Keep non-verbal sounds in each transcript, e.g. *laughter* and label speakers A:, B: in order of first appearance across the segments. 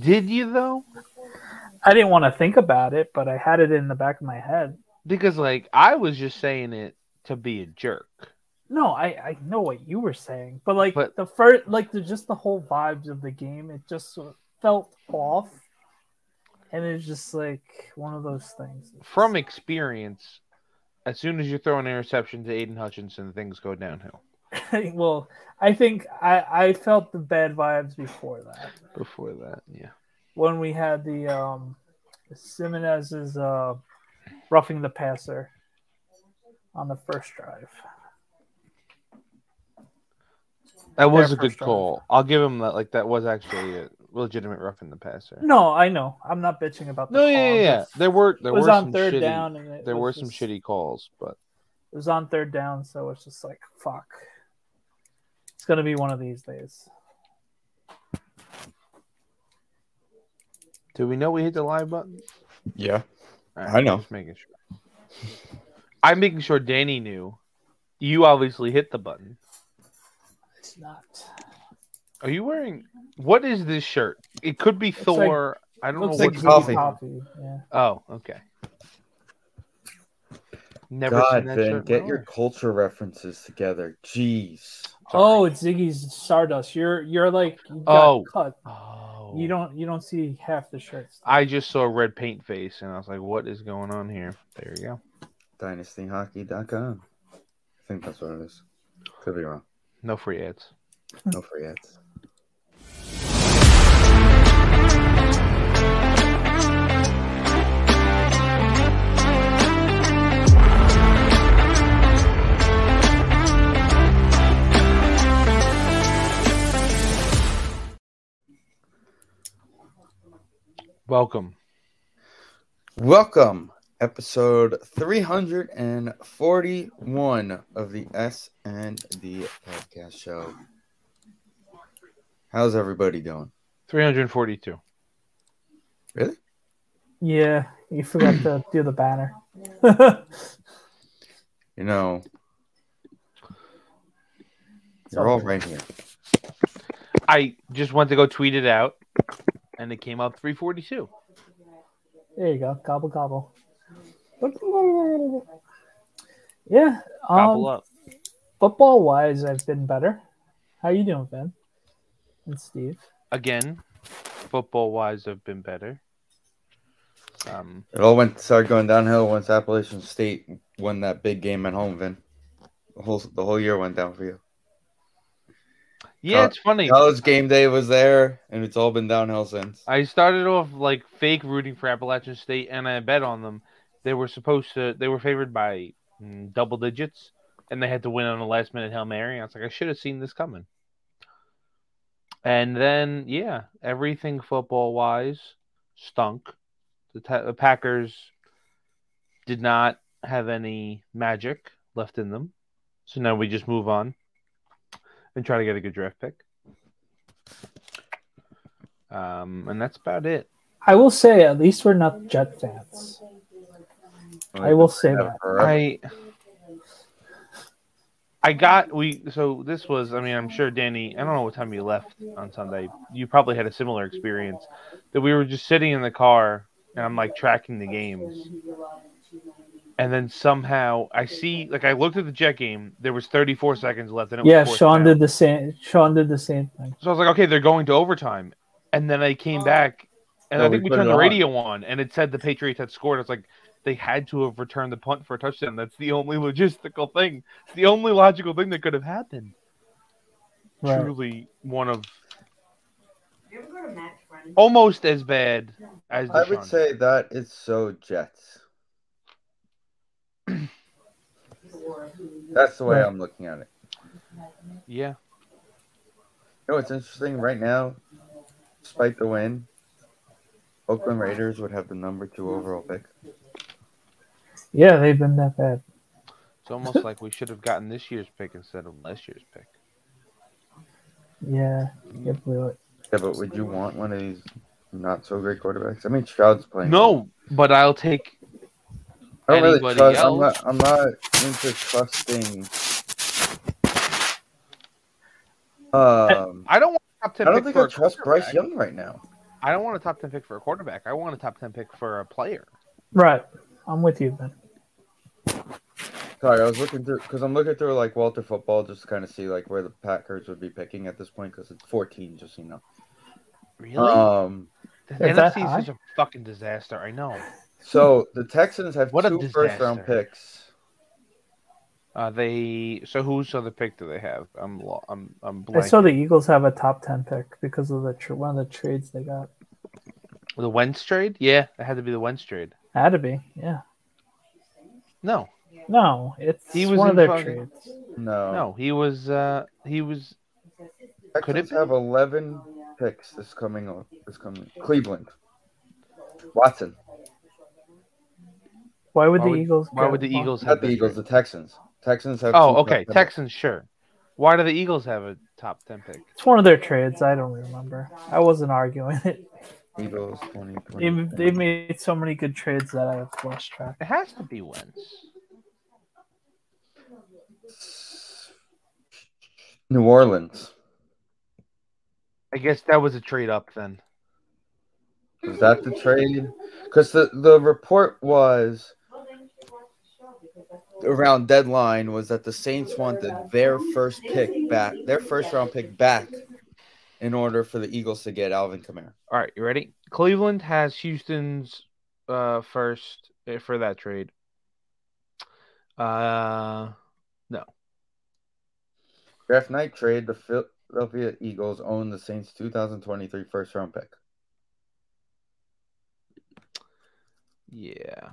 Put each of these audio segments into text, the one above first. A: Did you though?
B: I didn't want to think about it, but I had it in the back of my head.
A: Because like I was just saying it to be a jerk.
B: No, I I know what you were saying, but like
A: But-
B: the first, like the just the whole vibes of the game, it just sort of felt off, and it's just like one of those things.
A: From experience, as soon as you throw an interception to Aiden Hutchinson, things go downhill.
B: *laughs* well, I think I I felt the bad vibes before that
A: Before that, yeah.
B: when we had the um Simonez's uh roughing the passer on the first drive.
A: That was
B: Their
A: a good
B: first drive.
A: call. I'll give him that. Like that was actually a legitimate rough in the passer.
B: No, I know. I'm not bitching about the
A: No,
B: call.
A: yeah, yeah, yeah.
B: It's-
A: There were there
B: it was
A: were
B: on
A: some
B: third
A: shitty,
B: down. And it
A: there
B: was
A: were some
B: just-
A: shitty calls, but
B: It was on third down, so it's just like fuck. It's gonna be one of these days.
A: do we know we hit the live button?
C: Yeah.
A: All
C: I know.
A: Just making sure. I'm making sure Danny knew. You obviously hit the button.
B: It's not.
A: Are you wearing what is this shirt? It could be
B: like-
A: Thor. I don't know
B: Looks
A: what
C: like
A: it's
C: coffee.
B: coffee. coffee. Yeah.
A: Oh, okay. Never
C: God,
A: seen that
C: Vin,
A: shirt. in
C: get
A: my
C: your
A: life.
C: culture references together. Jeez.
B: Oh, it's Ziggy's Stardust. You're you're like you got
A: Oh.
B: cut.
A: Oh.
B: You don't you don't see half the shirts.
A: I just saw a red paint face and I was like, what is going on here? There you go.
C: DynastyHockey.com. I think that's what it is. Could be wrong.
A: No free ads.
C: Don't forget.
A: Welcome.
C: Welcome, episode 341 of the S and D podcast show. How's everybody doing?
A: 342.
C: Really?
B: Yeah, you forgot to do the banner. *laughs* I
C: You know, you're all right here.
A: I just went to go tweet it out and it came up 342.
B: There you go. Gobble gobble. Yeah.
A: Gobble
B: Um,
A: up.
B: football wise, I've been better. How you doing, Ben? And Steve.
A: Again, football wise, I've been better. Um,
C: It all went started going downhill once Appalachian State won that big game at home, Vin. The whole the whole year went down for you.
A: yeah,
C: Co-
A: it's funny.
C: College game day was there, and it's all been downhill since.
A: I started off like fake rooting for Appalachian State, and I bet on them. They were supposed to. They were favored by mm, double digits, and they had to win on a last minute hail mary. I was like, I should have seen this coming. And then, yeah, everything football wise stunk. The, ta- the Packers did not have any magic left in them, so now we just move on and try to get a good draft pick. Um, and that's about it.
B: I will say, at least we're not Jet fans. I will say that.
A: I I got we so this was I mean I'm sure Danny I don't know what time you left on Sunday you probably had a similar experience that we were just sitting in the car and I'm like tracking the games and then somehow I see like I looked at the jet game there was 34 seconds left and it
B: Yeah,
A: was fourth
B: Sean
A: down.
B: did the same. Sean did the same thing.
A: so I was like okay they're going to overtime and then I came back and
C: No,
A: I think we
C: we put
A: turned
C: it
A: the
C: on.
A: radio on and it said the Patriots had scored I was like they had to have returned the punt for a touchdown. That's the only logistical thing. It's the only logical thing that could have happened.
B: Right.
A: Truly one of
D: You ever go to Matt
C: Oh.
D: Friend?
A: almost as bad as
C: I
A: Deshaun.
C: would say that is so Jets.
D: Or who-
C: That's the way
B: Right.
C: I'm looking at it.
A: Yeah.
C: You know what's interesting right now? Despite the win, Oakland Raiders would have the number two overall pick.
B: Yeah, they've been that bad.
A: It's almost like we should have gotten this year's pick instead of last year's pick.
B: Yeah, you blew it.
C: Yeah, but would you want one of these not so great quarterbacks? I mean, Stroud's playing.
A: No, but I'll take
C: I don't Oh, really
A: Anybody
C: trust. I'm
A: else?
C: not, I'm not into trusting. Um,
A: I don't want top
C: I
A: ten.
C: don't
A: pick
C: think
A: for
C: I
A: a *laughs*
C: trust Bryce
A: quarterback.
C: Young right now.
A: I don't want a top ten pick for a quarterback. I want a top ten pick for a player.
B: Right. I'm with you, Ben.
C: Sorry, I was looking through because I'm looking through like Walter football just to kind of see like where the Packers would be picking at this point because it's 14, just so you know.
A: Really?
C: Um,
A: the
B: Is that
A: NFC is such a fucking disaster. I know.
C: so the Texans have
A: What a
C: two first round
A: disaster.
C: picks.
A: Uh, they so whose other pick do they have? I'm lo- I'm I'm
B: I
A: blank.
B: saw the Eagles have a top ten pick because of the tr- one of the trades they got.
A: The Wentz trade? Yeah, it had to be the Wentz trade.
B: Had to be, yeah.
A: No,
B: No, it's
A: He was
B: one of
A: in
B: their
A: fucking-
B: trades.
C: No,
A: no, he was uh he was
C: Texans
A: could it be?
C: have 11 picks this coming o- this coming Cleveland. Watson,
B: Why would
A: Why
B: the
A: would-
B: Eagles?
A: why
B: get
A: would the
B: one?
A: Eagles have
C: not the
A: that
C: Eagles,
A: trade?
C: the Texans. Texans have.
A: Oh, okay,
C: two first-round picks.
A: Texans, sure. Why do the Eagles have a top ten pick?
B: It's one of their trades. I don't remember. I wasn't arguing it. *laughs*
C: Eagles 20, 20,
B: They they made so many good trades that I have lost track.
A: It has to be Wentz.
C: New Orleans.
A: I guess that was a trade up then.
C: Was that the trade? Because the, the report was around deadline was that the Saints wanted their first pick back, their first round pick back, in order for the Eagles to get Alvin Kamara.
A: All right, you ready? Cleveland has Houston's uh, first eh, for that trade. Uh,
C: Draft night trade: The Philadelphia Eagles own the Saints' 2023 first round pick.
A: yeah.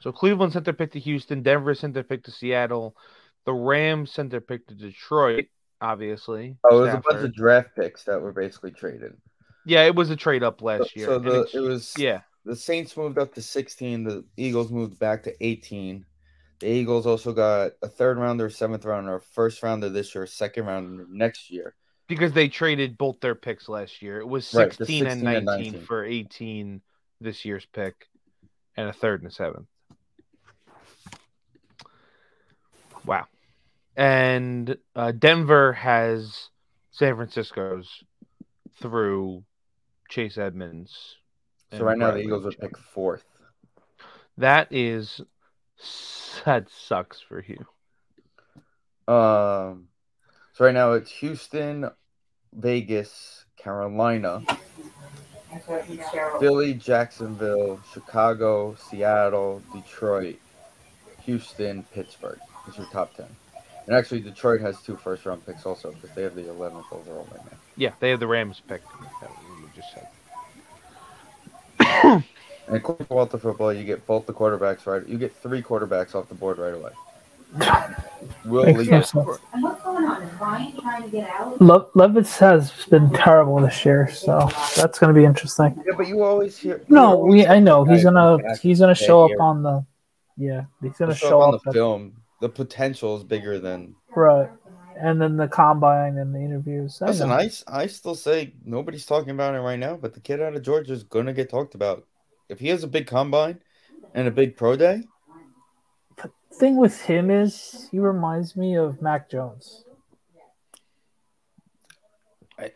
A: So Cleveland sent their pick to Houston. Denver sent their pick to Seattle. The Rams sent their pick to Detroit. Obviously.
C: Oh, it was a bunch
A: Stafford.
C: of draft picks that were basically traded.
A: yeah, it was a trade up
C: So,
A: last year.
C: so
A: and
C: the
A: it's-
C: it was
A: yeah.
C: the Saints moved up to 16. The Eagles moved back to 18. The Eagles also got a third rounder, seventh rounder, first rounder this year, second rounder next year.
A: because they traded both their picks last year. It was
C: Right,
A: 16,
C: the
A: and
C: 16
A: 19,
C: and 19.
A: for 18 this year's pick and a third and a seventh. Wow. And uh, Denver has San Francisco's through Chase Edmonds.
C: So
A: and
C: right now the
A: Bradley
C: Eagles would
A: Chubb.
C: pick fourth.
A: That is that sucks for you.
C: Um, so right now it's Houston, Vegas, Carolina, Philly, Jacksonville, Chicago, Seattle, Detroit, Houston, Pittsburgh. It's your top ten. And actually, Detroit has two first round picks also because they have the 11th overall right now.
A: Yeah, they have the Rams pick. That we just said.
C: And according to Walter Football, you get both the quarterbacks right. You get three quarterbacks off the board right away. Will
B: Makes no
C: Levis,
B: sense.
D: And what's going on? Is Ryan trying to get out?
B: Le- Levis has been terrible this year, so that's going to be interesting.
C: Yeah, but you always hear.
B: No,
C: you always
B: we I know he's gonna
C: Back-
B: he's gonna show
C: here.
B: up on the yeah he's gonna
C: show
B: show
C: up on
B: up
C: the
B: at-
C: film. The potential is bigger than.
B: right and then the combine and the interviews. I
C: Listen,
B: know.
C: I, s- I still say nobody's talking about it right now, but the kid out of Georgia is going to get talked about. If he has a big combine and a big pro day,
B: thing with him is he reminds me of Mac Jones.
C: I-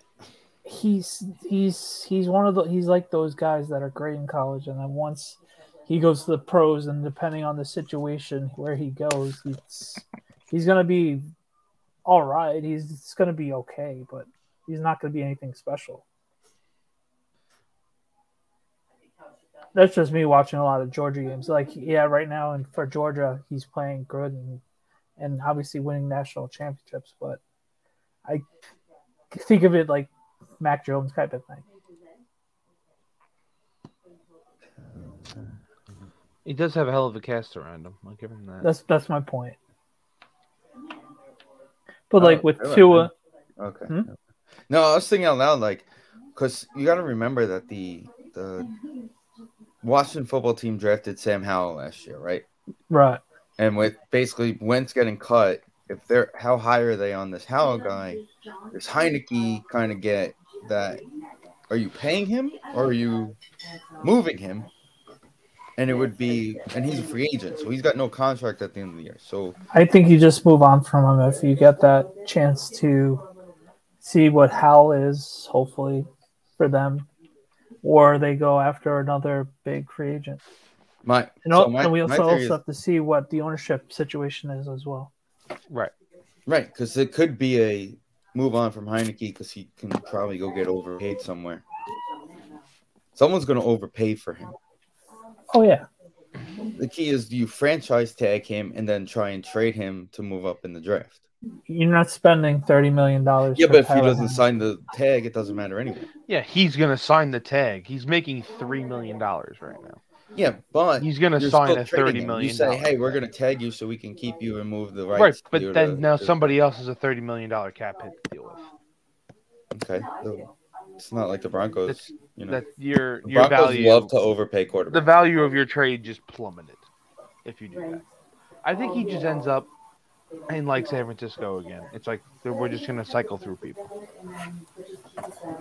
B: He's he's he's one of the he's like those guys that are great in college, and then once he goes to the pros, and depending on the situation where he goes, he's he's gonna be all right. He's it's gonna be okay, but he's not gonna be anything special. That's just me watching a lot of Georgia games. Like, yeah, right now and for Georgia, he's playing good and and obviously winning national championships. But I think of it like Mac Jones type of thing.
A: He does have a hell of a cast around him. I'll give him that.
B: That's that's my point. But like
C: Oh,
B: with
C: all right,
B: Tua,
C: okay.
B: Hmm?
C: No, I was thinking out loud, like, because you got to remember that the the Washington football team drafted Sam Howell last year, right?
B: right?
C: And with basically Wentz getting cut, if they're how high are they on this Howell guy? Does Heineke kind of get that? Are you paying him or are you moving him? And it would be, and he's a free agent, so he's got no contract at the end of the year. So
B: I think you just move on from him if you get that chance to see what Hal is. Hopefully for them, or they go after another big free agent.
C: My,
B: And,
C: so
B: al-
C: my,
B: and we
C: my
B: also,
C: theory
B: also
C: is-
B: have to see what the ownership situation is as well.
A: Right.
C: right because it could be a move on from Heineke because he can probably go get overpaid somewhere. Someone's going to overpay for him.
B: Oh yeah,
C: The key is do you franchise tag him and then try and trade him to move up in the draft?
B: you're not spending thirty million dollars.
C: Yeah, but if he doesn't sign the tag, it doesn't matter anyway.
A: Yeah, he's gonna sign the tag. He's making three million dollars right now.
C: Yeah, but
A: He's gonna
C: you're
A: sign
C: still
A: a
C: trading
A: thirty
C: him. You
A: million.
C: say,
A: dollar-
C: hey, we're going to tag you so we can keep you and move the rights.
A: right,
C: to you
A: but then
C: to-
A: now
C: to-
A: somebody else has a thirty million dollar cap hit to deal with.
C: Okay, so it's not like the Broncos.
A: That's-
C: you know,
A: That your
C: the
A: your
C: Broncos
A: value
C: love to overpay quarterbacks.
A: the value of your trade just plummeted if you do that. I think he just ends up in like San Francisco again. It's like they're- we're just gonna cycle through people.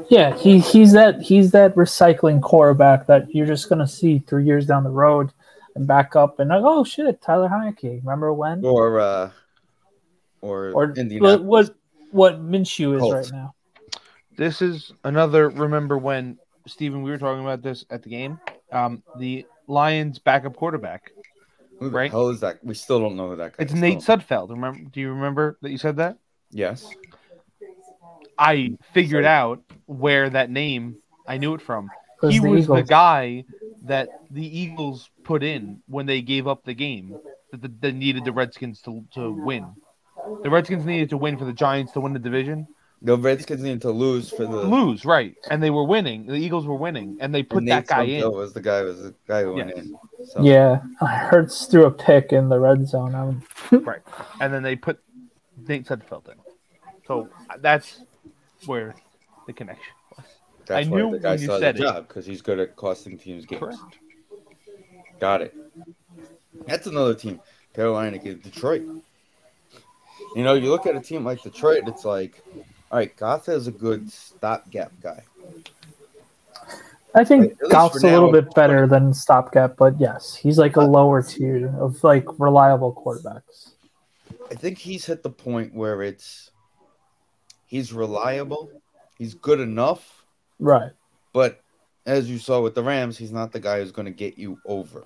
B: Yeah, he, he's that he's that recycling quarterback that you're just gonna see three years down the road and back up and like, oh shit, Tyler Heineke. Remember when?
C: or uh, or,
B: Or
C: Indianapolis.
B: what what, what Minshew is
C: Colts.
B: right now.
A: This is another. Remember when Steven, we were talking about this at the game. Um, the Lions backup quarterback.
C: Who the
A: right?
C: hell is that? We still don't know who that guy.
A: It's
C: is.
A: Nate
C: Still-
A: Sudfeld. Remember? Do you remember that you said that?
C: Yes.
A: I figured out where that name I knew it from.
B: 'Cause
A: He
B: the
A: was the
B: Eagles-
A: guy that the Eagles put in when they gave up the game that the, they needed the Redskins to, to win. The Redskins needed to win for the Giants to win the division.
C: The Redskins need to lose for the
A: Lose, right. And they were winning. The Eagles were winning. And they put
C: and
A: that
C: Nate
A: guy
C: Sudfeld
A: in.
C: Was the guy was the guy who went
A: Yes.
C: in. So,
B: Yeah, *laughs* Hurts threw a pick in the red zone. I'm,
A: And then they put Nate Sudfeld in. So uh, that's where the connection was.
C: That's
A: I
C: why
A: knew
C: the guy
A: when you
C: saw
A: said
C: the
A: it.
C: job because he's good at costing teams games.
A: Correct.
C: Got it. That's another team. Carolina against Detroit. You know, you look at a team like Detroit, it's like, all right, Gotha is a good stopgap guy.
B: I think
C: At least
B: Goff's
C: for
B: a little
C: now.
B: bit better than stopgap, but yes, he's like a lower tier of like reliable quarterbacks.
C: I think he's hit the point where it's he's reliable, he's good enough,
B: Right.
C: but as you saw with the Rams, he's not the guy who's going to get you over.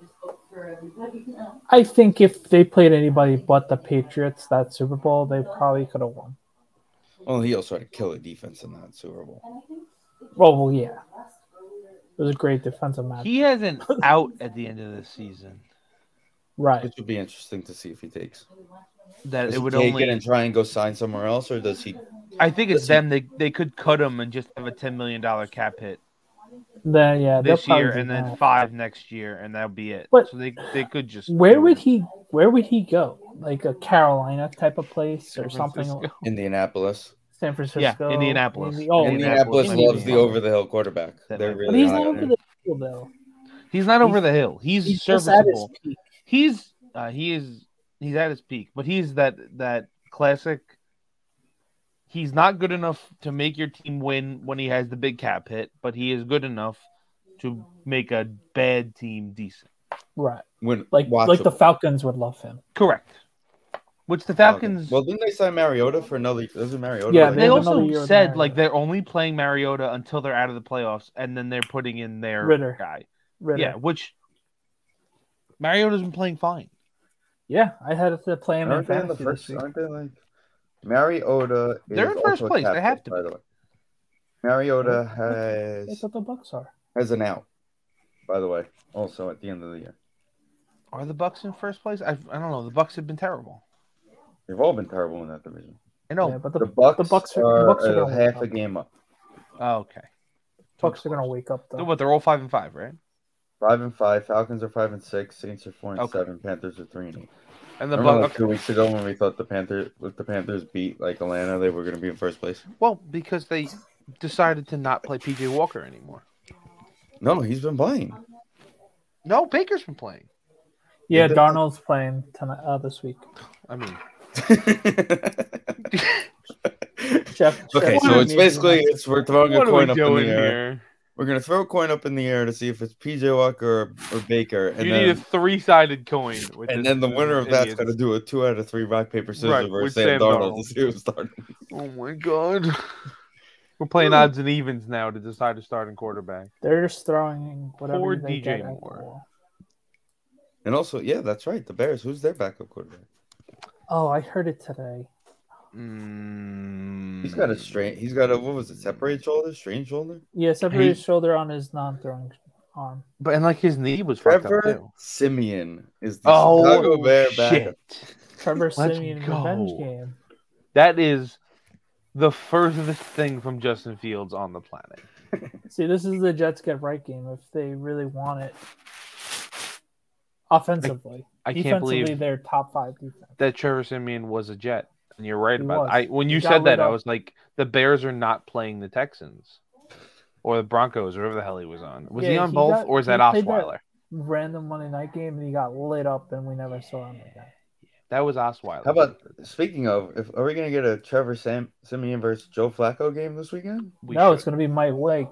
B: I think if they played anybody but the Patriots that Super Bowl, they probably could have won.
C: Well, he also had a killer defense in that Super Bowl.
B: Well, well, yeah. It was a great defensive match.
A: He has *laughs* an out at the end of the season
B: right.
C: Which would be interesting to see if he takes.
A: that
C: Does
A: it
C: he
A: would
C: take
A: only.
C: it and try and go sign somewhere else, or does he
A: I think it's them.
C: Listen.
A: They they could cut him and just have a ten million dollar cap hit
B: Then yeah, they'll
A: this year,
B: probably
A: and
B: do
A: then
B: that.
A: five next year, and that'll be it.
B: But-
A: so they they could just.
B: Where would he? Where would he go? Like a Carolina type of place or
A: San
B: something?
A: Francisco.
C: Indianapolis?
B: San Francisco.
A: Indianapolis.
B: Indi- Oh,
A: Indiana-
C: Indianapolis,
A: Indianapolis
C: loves
A: maybe.
C: the over the hill quarterback.
A: That
C: They're
A: might be-
B: but
C: really
B: he's
C: high
B: not
C: on
B: over
C: him.
B: the hill though.
A: He's not over the hill. He's,
B: He's just at his
A: serviceable.
B: peak.
A: He's uh, he is he's at his peak, but he's that that classic. He's not good enough to make your team win when he has the big cap hit, but he is good enough to make a bad team decent.
B: Right.
C: When
B: Like like the
C: watchable.
B: Falcons would love him.
A: Correct. Which the Falcons.
C: Well, didn't they sign Mariota for another? Doesn't Mariota?
B: Yeah,
C: like-
A: They
B: have
A: also
B: another year with
A: said like
B: Mariota.
A: they're only playing Mariota until they're out of the playoffs, and then they're putting in their
B: Ritter.
A: guy.
B: Ritter.
A: Yeah, which Mariota's been playing fine.
B: Yeah, I had to play him in
C: aren't they in the
B: fantasy this
C: first?
B: week.
C: Aren't they like Mariota? is
A: They're in first
C: also a
A: place. They
C: captain,
A: have to
C: By
A: be.
C: the way, Mariota
B: That's
C: has
B: what the Bucks are.
C: has an out. By the way, also at the end of the year,
A: Are the Bucks in first place? I, I don't know. The Bucks have been terrible.
C: they've all been terrible in that division.
A: I know.
B: yeah, but the,
C: The Bucks,
B: the Bucks are,
C: are,
B: the Bucks are
C: uh,
B: gonna wake
C: half
B: up.
C: a game up,
A: Oh, okay.
B: Bucks are gonna wake up though.
A: What they're all five and five, right?
C: five and five. Falcons are five and six. Saints are four and
A: Okay.
C: seven. Panthers are three and eight.
A: And the
C: Remember
A: Bucks.
C: like two weeks ago when we thought the Panthers, if the Panthers beat like Atlanta, they were going to be in first place.
A: Well, because they decided to not play PJ Walker anymore.
C: No, he's been playing. *laughs*
A: No, Baker's been playing.
B: Yeah,
C: They-
B: Darnold's playing tonight uh, this week.
A: I mean,
B: Jeff, Jeff
C: okay,
A: What
C: so
A: are
C: it's
B: Bezos.
C: basically it's we're throwing a
A: what are
C: coin
A: we
C: up in the
A: doing
C: air.
A: here?
C: We're gonna throw a coin up in the air to see if it's PJ Walker or, or Baker, and
A: you
C: then
A: need a three-sided coin. With
C: and
A: this-
C: then the winner of that's
A: idiots.
C: gonna do a two out of three rock paper scissors
A: Right,
C: versus
A: with
C: Sam
A: Sam
C: Darnold
A: Darnold.
C: to see who's starting.
A: Oh my god. We're playing odds and evens now to decide a starting quarterback.
B: They're just throwing whatever
A: Poor
B: they
A: DJ
B: get at the
A: Moore.
B: wall.
C: And also, yeah, that's right. The Bears. Who's their backup quarterback?
B: Oh, I heard it today.
A: Mm.
C: He's got a strain. He's got a what was it? Separated shoulder, strained shoulder.
B: Yeah, separated
A: He-
B: shoulder on his non-throwing arm.
A: But and like his knee was fucked up
C: Trevor
A: too.
C: Simeon is the Chicago Bear
A: Oh
C: backup.
A: shit!
B: Trevor
A: Let's
B: Simeon
A: go.
B: revenge game.
A: That is the furthest thing from Justin Fields on the planet.
B: See, this is the Jets get right game if they really want it. Offensively,
A: I can't
B: defensively,
A: believe
B: they're top five defense.
A: that Trevor Simeon was a Jet, and you're right
B: He
A: about.
B: was.
A: It. I when
B: He
A: you
B: got
A: said
B: rid
A: that, I
B: of-
A: was like, the Bears are not playing the Texans or the Broncos or whatever the hell he was on. Was he
B: Yeah,
A: on
B: he
A: both,
B: got-
A: or is
B: he
A: that
B: played that-
A: Osweiler? That,
B: Random Monday night game, and he got lit up, and we never saw him again.
A: was Osweiler.
C: How about speaking of? If are we gonna get a Trevor Sam, Simeon versus Joe Flacco game this weekend?
A: We
B: no,
A: should.
B: it's going to be Mike Lake.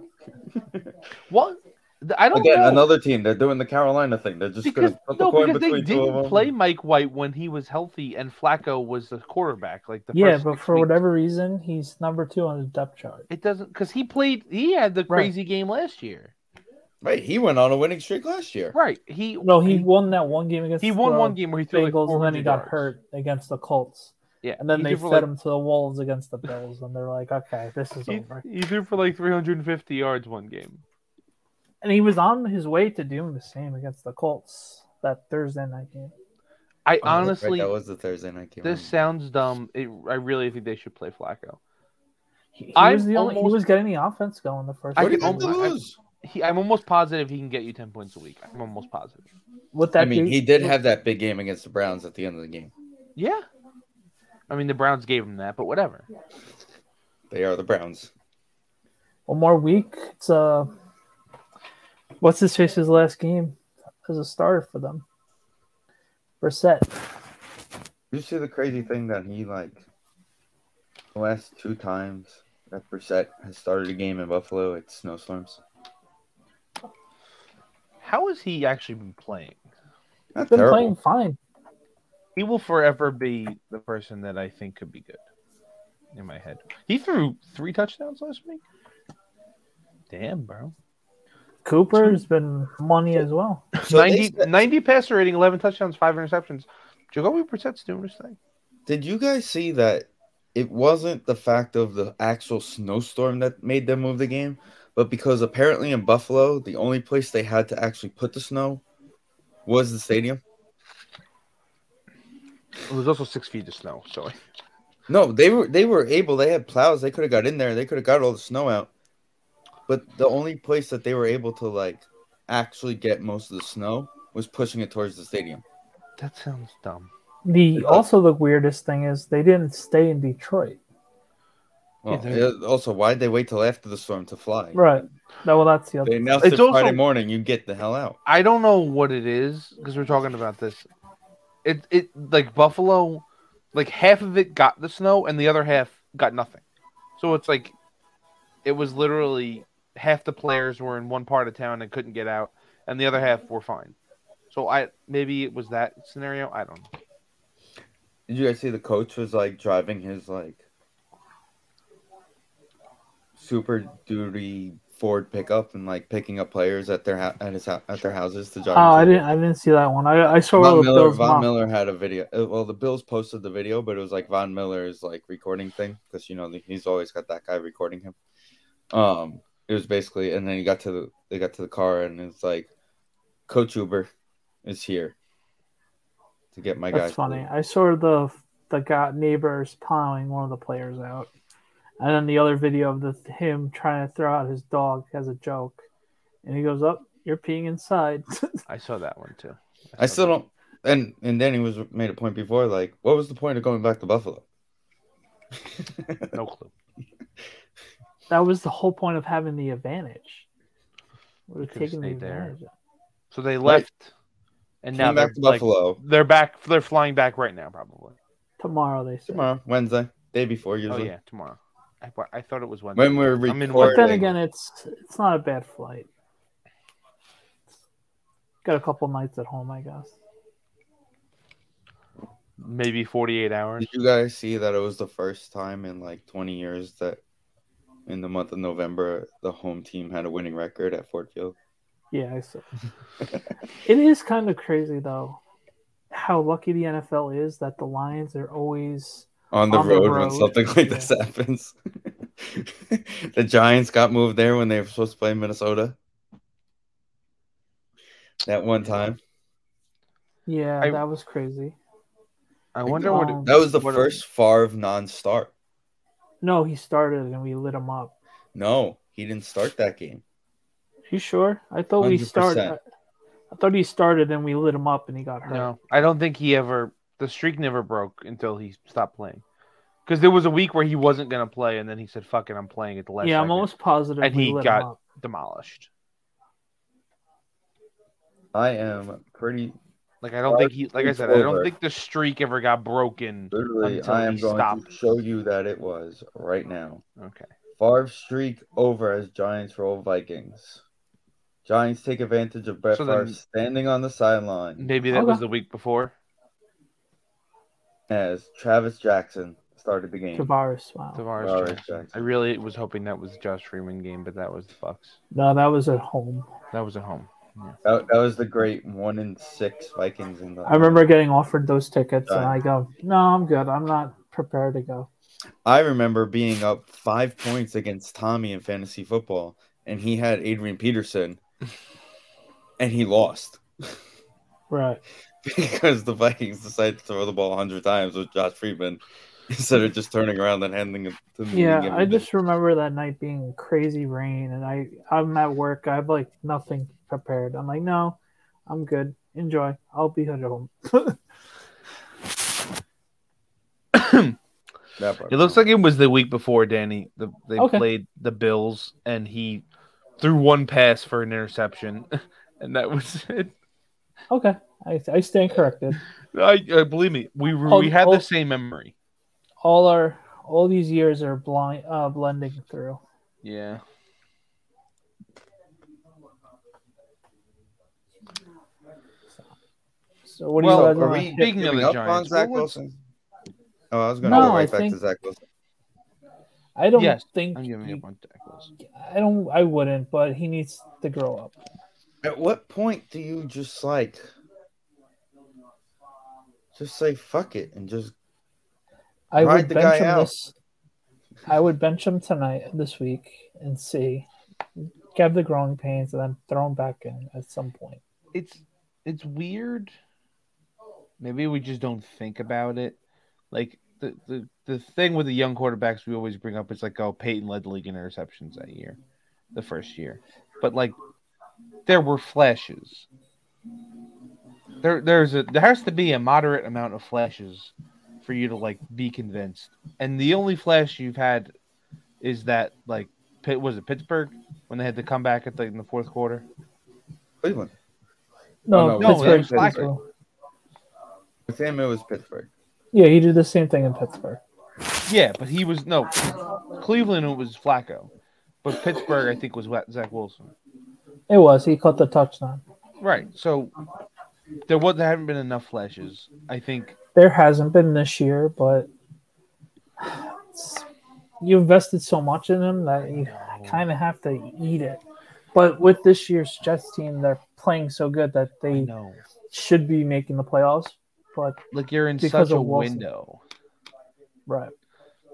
A: what? Th- I don't
C: Again,
A: know.
C: another team. They're doing the Carolina thing. They're just
A: because
C: gonna put
A: no,
C: the coin
A: because they
C: between two of
A: didn't
C: them.
A: play Mike White when he was healthy, and Flacco was the quarterback. Like the
B: Yeah,
A: first
B: but
A: six
B: for
A: weeks.
B: whatever reason, he's number two on the depth chart.
A: it doesn't because he played. He had the
B: Right.
A: crazy game last year.
C: Right, he went on a winning streak last year.
A: Right. He
B: No, he won that one game against
A: he won
B: the
A: one game where he threw like
B: Bengals, and then he
A: 400
B: got
A: yards.
B: hurt against the Colts,
A: Yeah,
B: and then
A: he
B: they
A: threw for,
B: fed
A: like,
B: him to the wolves against the Bills, and they're like, "Okay, this is
A: He,
B: over."
A: he threw for like 350 yards one game.
B: And he was on his way to doing the same against the Colts that Thursday night game.
A: I
C: Oh, that's right,
A: honestly,
C: that was the Thursday night game.
A: this sounds dumb. It, I really think they should play Flacco.
B: He, he
A: I'm
B: was the only,
A: almost-
B: he was getting the offense going the first.
A: I
C: what do
B: game.
C: you have to
A: oh my- I-
C: lose?
A: He, I'm almost positive he can get you 10 points a week. I'm almost positive.
B: With
C: I
B: that,
C: mean,
B: dude-
C: he did have that big game against the Browns at the end of the game.
A: Yeah. I mean, the Browns gave him that, but whatever.
C: They are the Browns.
B: one more week. It's uh, what's his face's last game as a starter for them? Brissett.
C: You see the crazy thing that he like the last two times that Brissett has started a game in Buffalo, it's snowstorms.
A: How has he actually been playing?
C: Not
B: Been
C: terrible.
B: playing fine.
A: He will forever be the person that I think could be good in my head. He threw three touchdowns last week. Damn, bro.
B: Cooper's been money as well.
C: So they
A: 90,
C: said-
A: 90 passer rating, 11 touchdowns, 5 interceptions. Jacoby Brissett's doing his thing.
C: Did you guys see that it wasn't the fact of the actual snowstorm that made them move the game, but because apparently in Buffalo, the only place they had to actually put the snow was the stadium?
A: It was also six feet of snow, so
C: No, they were they were able, they had plows, they could have got in there, they could have got all the snow out. But the only place that they were able to like actually get most of the snow was pushing it towards the stadium.
A: that sounds dumb.
B: The also the weirdest thing is they didn't stay in Detroit.
C: Well,
A: Yeah, they're-
C: uh, also, why'd they wait till after the storm to fly?
B: Right. No, well that's the other
C: They announced
A: It's
C: it Friday
A: also-
C: morning, you get the hell out.
A: I don't know what it is because we're talking about this. It it like Buffalo, like half of it got the snow and the other half got nothing. So it's like, it was literally half the players were in one part of town and couldn't get out, and the other half were fine. So I maybe it was that scenario. I don't know.
C: Did you guys see the coach was like driving his like super duty Ford pickup and like picking up players at their ha- at his hou- at their houses to drive?
B: Oh, I
C: them to-
B: didn't I didn't see that one. I I saw
C: Von
B: the
C: Miller,
B: Bills
C: Von
B: mom.
C: Miller had a video. uh, Well, the Bills posted the video, but it was like Von Miller's like recording thing because you know he's always got that guy recording him. Um, it was basically, and then he got to the they got to the car and it's like, Coach Uber is here to get my guys.
B: That's funny. I saw the the guy neighbors plowing one of the players out, and then the other video of the him trying to throw out his dog as a joke, and he goes up. You're peeing inside. *laughs*
A: I saw that one too.
C: I
A: saw
C: still
A: that.
C: don't. And and Danny was made a point before, like, what was the point of going back to Buffalo?
A: no clue.
B: that was the whole point of having the advantage. Would have
A: Could've
B: taken the
A: stayed there.
B: advantage.
A: So they
C: Right.
A: left, and now
C: Came
A: they're
C: back to
A: like,
C: Buffalo
A: They're back. They're flying back right now, probably.
B: Tomorrow they said.
C: tomorrow, Wednesday, day before usually.
A: Oh yeah, tomorrow. I, I thought it was Wednesday.
C: When we're
A: I'm in
C: recording,
A: work.
B: But then again, it's it's not a bad flight. Got a couple nights at home, I guess.
A: maybe 48 hours.
C: did you guys see that it was the first time in like 20 years that in the month of November, the home team had a winning record at Ford Field.
B: Yeah, I saw. it is kind of crazy though how lucky the NFL is that the Lions are always
C: On the,
B: On the
C: road, when
B: road,
C: something like this happens. *laughs* the Giants got moved there when they were supposed to play Minnesota. That one time.
B: yeah,
A: I-
B: that was crazy.
A: I wonder what.
B: Um,
A: it-
C: That was the
A: What a-
C: first Favre non start.
B: No, he started and we lit him up.
C: No, he didn't start that game.
B: You sure? I thought we
C: 100%.
B: started. I, thought he started and we lit him up and he got hurt.
A: No, I don't think he ever. The streak never broke until he stopped playing. Because there was a week where he wasn't going to play, and then he said, "Fuck it, I'm playing at the last."
B: yeah, I'm
A: second."
B: almost positive
A: And
B: we
A: he
B: lit
A: got-
B: him up.
A: demolished.
C: I am pretty
A: Like I don't
C: Our
A: think he. Like I
C: streak's
A: said, I don't
C: over.
A: think the streak ever got broken.
C: literally.
A: Until
C: I am
A: he
C: going
A: stopped.
C: to show you that it was right now.
A: Okay.
C: Favre streak over as Giants roll Vikings. Giants take advantage of Brett
A: So
C: Favre
A: then-
C: standing on the sideline
A: Maybe that was
B: Okay.
A: the week before.
C: as Travis Jackson started the game.
B: Tavares. Wow.
A: Tavares
C: Tavares
A: Jackson. I
C: Jackson.
A: really was hoping that was the Josh Freeman game, but that was the Bucks.
B: No, that was at home.
A: That was at home.
C: That, that was the great one in six Vikings in the.
B: I remember getting offered those tickets and
C: Right.
B: I go, no, I'm good. I'm not prepared to go.
C: I remember being up five points against Tommy in fantasy football, and he had Adrian Peterson, and he lost *laughs*
B: Right.
C: because the Vikings decided to throw the ball hundred times with Josh Friedman *laughs* instead of just turning around and handing it to me.
B: Yeah, I just remember that night being crazy rain and I I'm at work. I have like nothing prepared. I'm like, no, I'm good. Enjoy. I'll be at home.
C: That part.
A: It looks like it was the week before, Danny. The, they
B: Okay.
A: played the Bills, and he threw one pass for an interception, *laughs* and that was it.
B: Okay. I, I stand corrected.
A: I, I believe me, we were- we
B: Oh,
A: had
B: oh.
A: the same memory.
B: All our all these years are blind uh, blending through.
A: Yeah.
B: So what do
A: Well,
B: you guys
C: are
B: wanna
C: we
B: hit?
A: Speaking of
C: giving
A: the
C: up on
A: Giants,
C: Zach
A: what was-
C: Wilson? Oh, I was going to
B: No,
C: go
B: I
C: right back
B: think-
C: to Zach Wilson.
B: I don't
A: Yes,
B: think
A: I'm giving
B: he-
A: up on tackles.
B: I don't I wouldn't, but he needs to grow up.
C: At what point do you just like just say fuck it and just
B: I
C: Ride
B: would
C: the
B: bench
C: guy
B: him
C: out.
B: this. I would bench him tonight, this week, and see. Get the growing pains, and then throw him back in at some point.
A: it's it's weird. Maybe we just don't think about it. Like the, the the thing with the young quarterbacks we always bring up is like, oh, Peyton led the league in interceptions that year, the first year. But like, there were flashes. There there's a there has to be a moderate amount of flashes for you to like be convinced. And the only flash you've had is that like Pitt was it Pittsburgh when they had to come back at the in the fourth quarter.
C: Cleveland.
B: No,
C: Oh,
A: it
C: no,
A: was
B: Pittsburgh.
A: Pittsburgh.
B: Pittsburgh.
C: With him, it was Pittsburgh.
B: Yeah, he did the same thing in Pittsburgh.
A: Yeah, but he was no Cleveland. It was Flacco, but Pittsburgh I think was Wa- Zach Wilson.
B: It was. He caught the touchdown.
A: Right. So there was there haven't been enough flashes. I think
B: There hasn't been this year, but it's- you invested so much in him that you kind of have to eat it. But with this year's Jets team, they're playing so good that they
A: no,
B: should be making the playoffs. But
A: like you're in
B: Because
A: such a
B: of Wilson.
A: window.
B: right.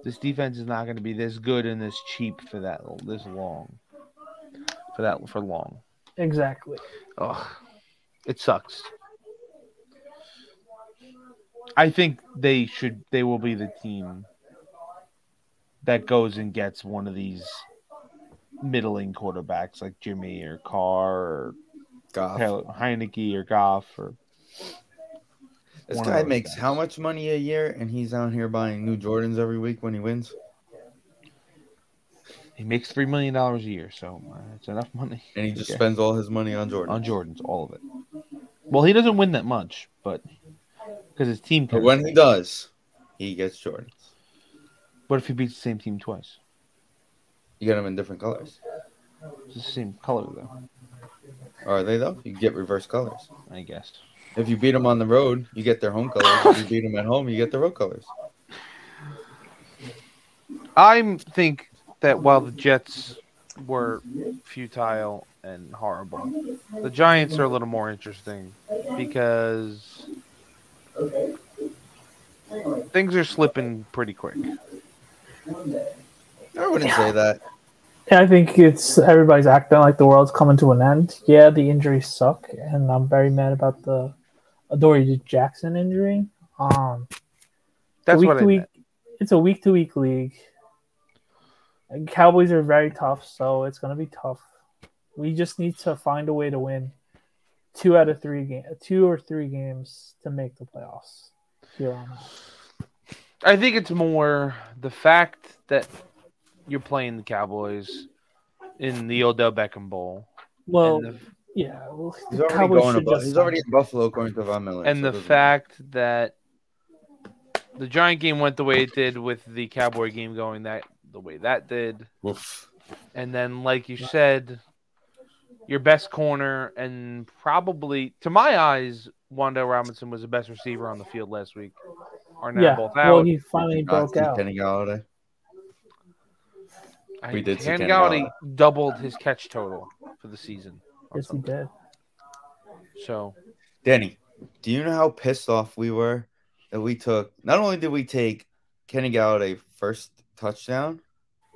A: This defense is not going to be this good and this cheap for that this long. For that for long.
B: Exactly.
A: Ugh, it sucks. I think they should. They will be the team that goes and gets one of these middling quarterbacks like Jimmy or Carr or
C: Goff.
A: Taylor, Heineke or Goff or
C: this
A: one of
C: guy
A: those
C: makes
A: guys.
C: how much money a year, and he's out here buying new Jordans every week when he wins.
A: he makes three million dollars a year, so uh, it's enough money
C: And he just
A: Okay.
C: spends all his money on Jordan.
A: on Jordan's all of it. Well, he doesn't win that much, but because his team.
C: But
A: can
C: when he does, he gets Jordans.
A: what if he beats the same team twice?
C: You get them in different colors.
A: It's the same color though,
C: Are they though? You get reverse colors.
A: I guess.
C: If you beat them on the road, you get their home colors. If you beat them at home, you get the road colors.
A: I think that while the Jets were futile and horrible, the Giants are a little more interesting because things are slipping pretty quick.
C: I wouldn't say that.
B: Yeah, I think it's everybody's acting like the world's coming to an end. Yeah, the injuries suck, and I'm very mad about the Adoree Jackson injury. Um,
A: That's
B: week
A: what I
B: to week,
A: meant.
B: it's a week to week league. And Cowboys are very tough, so it's going to be tough. We just need to find a way to win two out of three game, two or three games to make the playoffs. Here on out.
A: I think it's more the fact that you're playing the Cowboys in the Odell Beckham Bowl.
B: Well,
A: and the
B: yeah, well,
C: He's
B: the
C: already
B: Cowboys
C: going. To
B: should
C: Bu-
B: just
C: he's already in Buffalo, according to Von Miller.
A: and
C: so
A: the
C: it doesn't-
A: fact that the Giant game went the way it did with the Cowboy game going that the way that did,
C: Oof.
A: and then like you said, your best corner and probably to my eyes, Wanda Robinson was the best receiver on the field last week. Are now
B: yeah.
A: both out.
B: Well, he finally
C: Not
B: broke
C: see
B: out.
C: Kenny Galladay.
A: I-
C: we did see
A: Kenny
C: Kenny
A: Galladay doubled his catch total for the season. or
B: Yes, he
A: something.
B: did.
A: So
C: Denny, do you know how pissed off we were that we took? Not only did we take Kenny Galladay first touchdown,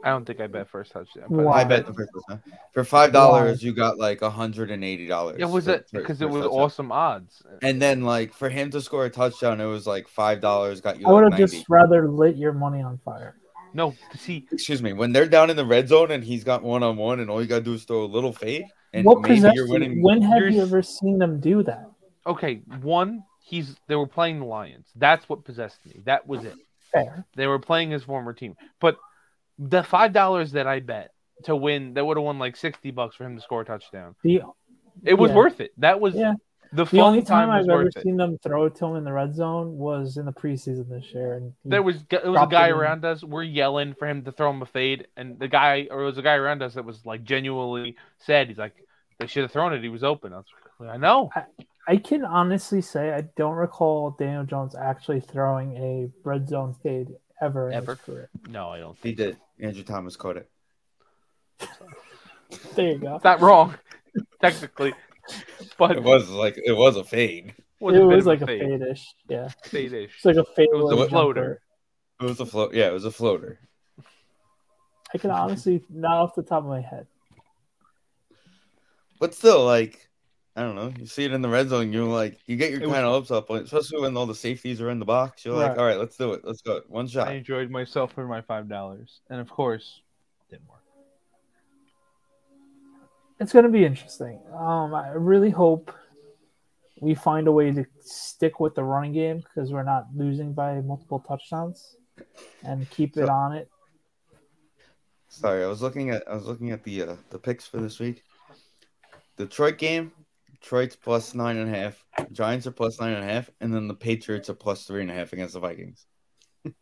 A: I don't think I bet first touchdown.
B: Wow.
C: I bet the first touchdown for five dollars, you got like hundred and eighty dollars.
A: It was a because it was awesome odds.
C: And then like for him to score a touchdown, it was like five dollars got you.
B: I
C: like,
B: would have
C: 90.
B: just rather lit your money on fire.
A: No, see,
C: excuse me when they're down in the red zone and he's got one on one, and all you gotta do is throw a little fade, and
B: what
C: maybe
B: possession?
C: you're winning.
B: when have
A: You're-
B: you ever seen them do that?
A: okay, one, he's they were playing the Lions. That's what possessed me. That was it.
B: Fair.
A: They were playing his former team. But the five dollars that I bet to win, that would have won like sixty bucks for him to score a touchdown.
B: The
A: It was
B: Yeah.
A: worth it. That was
B: Yeah.
A: the
B: The
A: fun
B: only time,
A: was
B: I've ever
A: worth it.
B: seen them throw it to him in the red zone was in the preseason this year. And he-
A: There was it was a
B: dropped
A: guy
B: it in.
A: around us. We're yelling for him to throw him a fade, and the guy or it was a guy around us that was like genuinely said he's like they should have thrown it. He was open. I was like, I know.
B: I can honestly say I don't recall Daniel Jones actually throwing a red zone fade ever.
A: Ever.
B: In his career.
A: No, I don't.
C: He did. Andrew Thomas caught it.
B: There you go.
A: It's not wrong, *laughs* technically, but
C: It was like it was a fade.
A: was
B: it
A: a bit
B: was
A: of
B: like
A: a
B: a
A: fade.
B: fade ish. Yeah.
A: Fade-ish.
B: It's like a fade.
A: It was
B: with
C: a
B: jumper.
A: floater.
C: It was a float. Yeah, it was a floater.
B: I can honestly, not off the top of my head.
C: But still, like I don't know. You see it in the red zone. You're like you get your
A: It was-
C: kind of hopes up, like, especially when all the safeties are in the box. You're like,
B: Right.
C: all right, let's do it. Let's go. One shot.
A: I enjoyed myself for my five dollars, and of course, didn't work.
B: it's going to be interesting. Um, I really hope we find a way to stick with the running game because we're not losing by multiple touchdowns and keep it
C: So-
B: on it.
C: Sorry, I was looking at I was looking at the uh, the picks for this week. Detroit game, Detroit's plus nine and a half. Giants are plus nine and a half, and then the Patriots are plus three and a half against the Vikings. *laughs*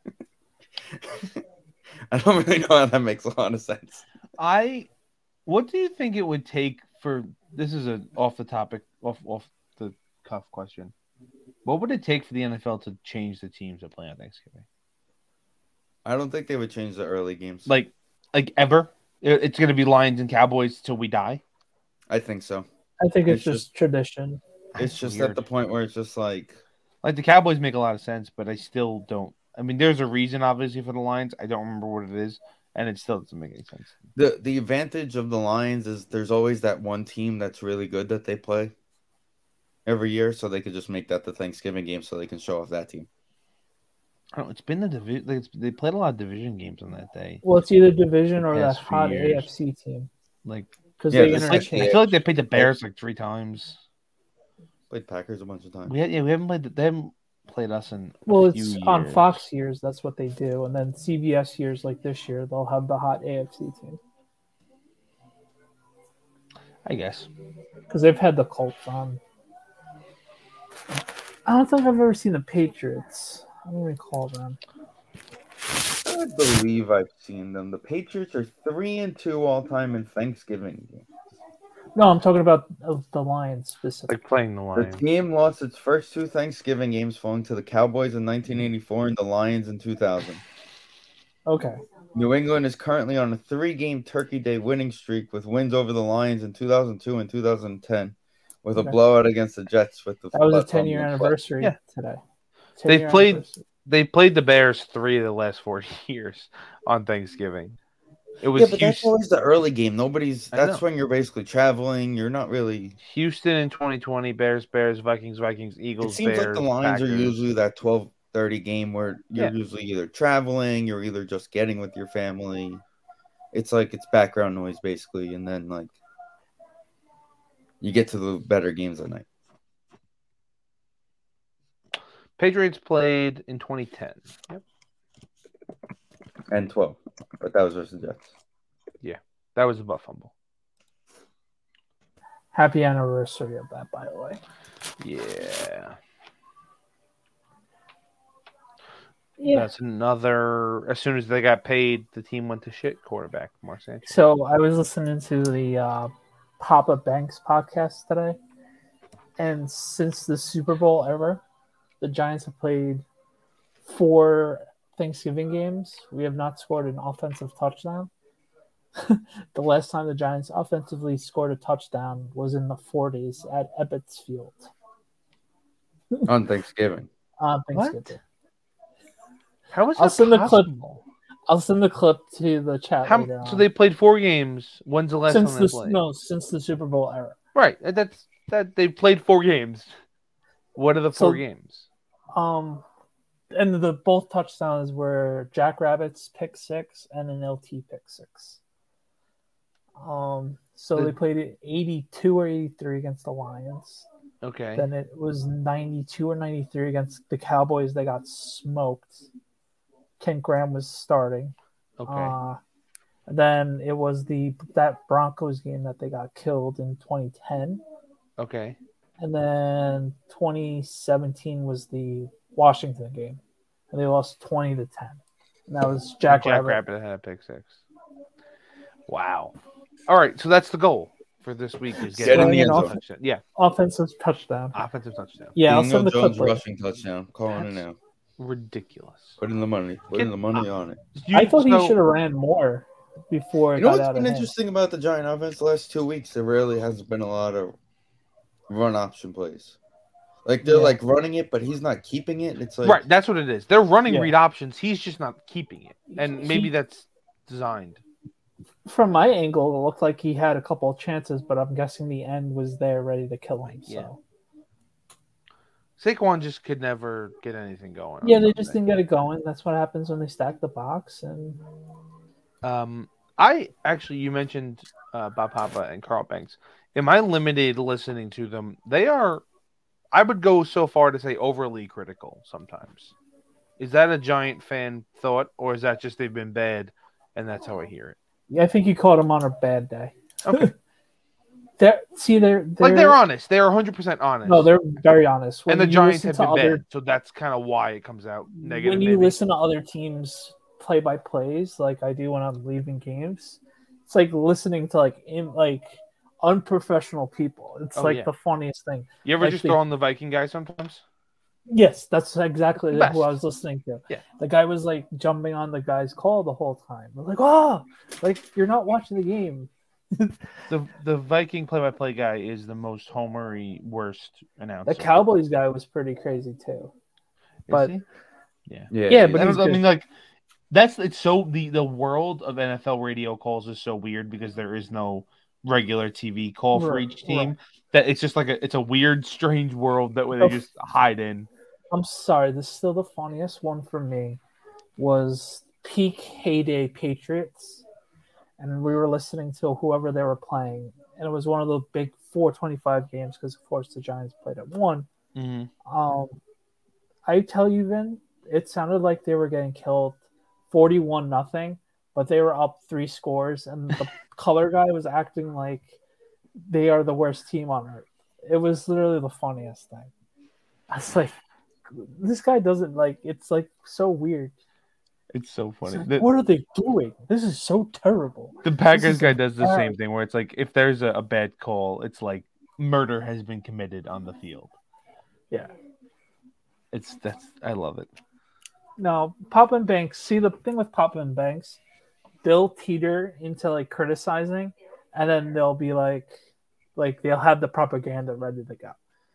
C: I don't really know how that makes a lot of sense.
A: I, what do you think it would take for this? Is a off the topic, off off the cuff question. What would it take for the NFL to change the teams that play on Thanksgiving?
C: I don't think they would change the early games.
A: Like, like ever? It- It's going to be Lions and Cowboys till we die.
C: I think so.
B: I think it's,
C: It's
B: just, tradition.
C: It's just
A: Weird.
C: at the point where it's just like
A: Like the Cowboys make a lot of sense, but I still don't. I mean, there's a reason obviously for the Lions. I don't remember what it is, and it still doesn't make any sense.
C: the the advantage of the Lions is there's always that one team that's really good that they play every year, so they could just make that the Thanksgiving game so they can show off that team.
A: I don't. It's been the division. They played a lot of division games on that day.
B: Well, it's either division or
A: The
B: that
A: past few
B: hot
A: years.
B: AFC team
A: Like,
B: because
C: Yeah,
B: they
C: it's
A: like
B: interchange.
A: I feel like they played the Bears like three times.
C: Played Packers a bunch of times.
A: We had, yeah, we haven't played the, they haven't played us in. a
B: well,
A: few
B: it's on
A: years.
B: Fox years. That's what they do, and then CBS years like this year, they'll have the hot AFC team
A: I guess.
B: because they've had the Colts on. I don't think I've ever seen the Patriots. I don't recall them.
C: I don't believe I've seen them. The Patriots are three and two all time in Thanksgiving. games.
B: No, I'm talking about of the Lions specifically.
A: Like playing the
C: The
A: Lions.
C: team lost its first two Thanksgiving games, falling to the Cowboys in 1984 and the Lions in 2000.
B: Okay.
C: New England is currently on a three-game Turkey Day winning streak with wins over the Lions in 2002 and 2010, with
B: Okay.
C: a blowout against the Jets. With the
B: That was a
C: left on
B: 10 year
C: the-
B: anniversary
A: um, Yeah.
B: today.
A: They've
B: 10-year
A: played-
B: anniversary.
A: They played the Bears three of the last four *laughs* years on Thanksgiving. It was
C: Yeah, but that's
A: Houston,
C: always the early game. Nobody's.
A: I
C: That's
A: know.
C: when you're basically traveling. You're not really.
A: Houston in 2020, Bears, Bears, Vikings, Vikings, Eagles,
C: It seems
A: Bears.
C: like the Lions are
A: Packers.
C: usually that 12 30 game where you're
A: Yeah.
C: usually either traveling, you're either just getting with your family. It's like it's background noise basically, and then like you get to the better games at night.
A: Patriots played in 2010. Yep.
C: And 12. But that was versus the Jets.
A: That was a buff fumble.
B: Happy anniversary of that, by the way.
A: Yeah.
B: Yeah.
A: That's another. As soon as they got paid, the team went to shit. Quarterback Mark Sanchez.
B: So I was listening to the uh, Papa Banks podcast today, and since the Super Bowl ever, the Giants have played four Thanksgiving games. We have not scored an offensive touchdown. *laughs* the last time the Giants offensively scored a touchdown was in the 40s at Ebbets Field
C: On Thanksgiving.
B: on
A: What?
B: Thanksgiving.
A: How is
B: I'll
A: that
B: send the clip
A: possible?
B: I'll send the clip to the chat. later
A: How, so
B: on.
A: they played four games. When's the last
B: since
A: time they
B: the
A: played?
B: no since the Super Bowl era.
A: Right. and That's that. They played four games. What are the
B: So-
A: four games?
B: Um, and the both touchdowns were Jackrabbits pick six and an LT pick six. Um, so
A: The-
B: they played it 82 or 83 against the Lions.
A: Okay.
B: Then it was 92 or 93 against the Cowboys. They got smoked. Kent Graham was starting.
A: Okay.
B: Uh, then it was the that Broncos game that they got killed in 2010.
A: okay.
B: And then 2017 was the Washington game, and they lost 20 to 10. And that was Jack,
A: Jack
B: Rabbit.
A: Rabbit had a pick six. Wow. All right. So that's the goal for this week is
C: Get
A: getting
B: in the
A: an
B: end zone.
A: offensive touchdown. Yeah,
B: offensive touchdown.
A: offensive touchdown.
B: Yeah, I'll
C: Daniel
B: send the
C: Jones
B: clip. later.
C: rushing touchdown. Calling it now.
A: Ridiculous.
C: Putting the money. Putting the money on it.
B: I thought he
A: so-
B: should have ran more before it
C: You know
B: got
C: what's
B: out of
C: been
B: hand.
C: interesting about the Giant offense the last two weeks? There really hasn't been a lot of run option plays. Like they're
B: Yeah.
C: like running it, but he's not keeping it. It's like
A: right, that's what it is. They're running
B: Yeah.
A: read options. He's just not keeping it, and maybe
B: He-
A: that's designed.
B: From my angle, it looked like he had a couple of chances, but I'm guessing the end was there ready to kill him. So.
A: Yeah. Saquon just could never get anything going. on
B: Yeah, they just
A: Sunday.
B: didn't get it going. That's what happens when they stack the box. And
A: Um, I actually, you mentioned uh, Bob Papa and Carl Banks. Am I limited listening to them? They are. I would go so far to say overly critical sometimes. Is that a giant fan thought, or is that just they've been bad, and that's how I hear it?
B: yeah, I think you caught him on a bad day. *laughs*
A: Okay,
B: They're, see, they're, they're
A: like they're honest. They're 100 percent honest.
B: No, they're very honest.
A: and the
B: you
A: Giants
B: listen
A: have
B: to
A: been
B: other-
A: bad, so that's kind of why it comes out negative.
B: When you
A: maybe.
B: listen to other teams play by plays, like I do when I'm leaving games, it's like listening to like in like unprofessional people. It's
A: Oh,
B: like
A: yeah.
B: the funniest thing.
A: you ever
B: like
A: just
B: the-
A: throw on the Viking guy sometimes?
B: Yes, that's exactly
A: The best.
B: who I was listening to.
A: Yeah.
B: The guy was like jumping on the guy's call the whole time. I'm like, oh, like you're not watching the game.
A: The the Viking play by play guy is the most homery worst announcer.
B: The Cowboys guy was pretty crazy too. but-
A: he?
C: Yeah,
B: Yeah, but
A: I, don't-
B: he's
A: I
B: good.
A: mean, like that's it's so the the world of NFL radio calls is so weird because there is no regular TV call for
B: Right,
A: each team that it's just like a it's a weird, strange world that way
B: Oh.
A: they just hide in.
B: I'm sorry, this is still the funniest one for me was peak heyday Patriots. And we were listening to whoever they were playing. And it was one of the big 425 games because, of course, the Giants played at one.
A: Mm-hmm.
B: Um, I tell you, Vin, it sounded like they were getting killed 41 nothing, but they were up three scores. And the color guy was acting like they are the worst team on earth. It was literally the funniest thing. I was like, this guy doesn't like it's like so weird.
A: It's so
B: It's
A: funny.
B: like,
A: The,
B: what are they doing? This is so terrible.
A: the Packers
B: is
A: guy does the
B: bad.
A: same thing where it's like if there's a, a bad call, it's like murder has been committed on the field.
B: Yeah.
A: It's that's I love it.
B: No, Pop and Banks. See the thing with Pop and Banks they'll teeter into like criticizing, and then they'll be like, like they'll have the propaganda ready to go.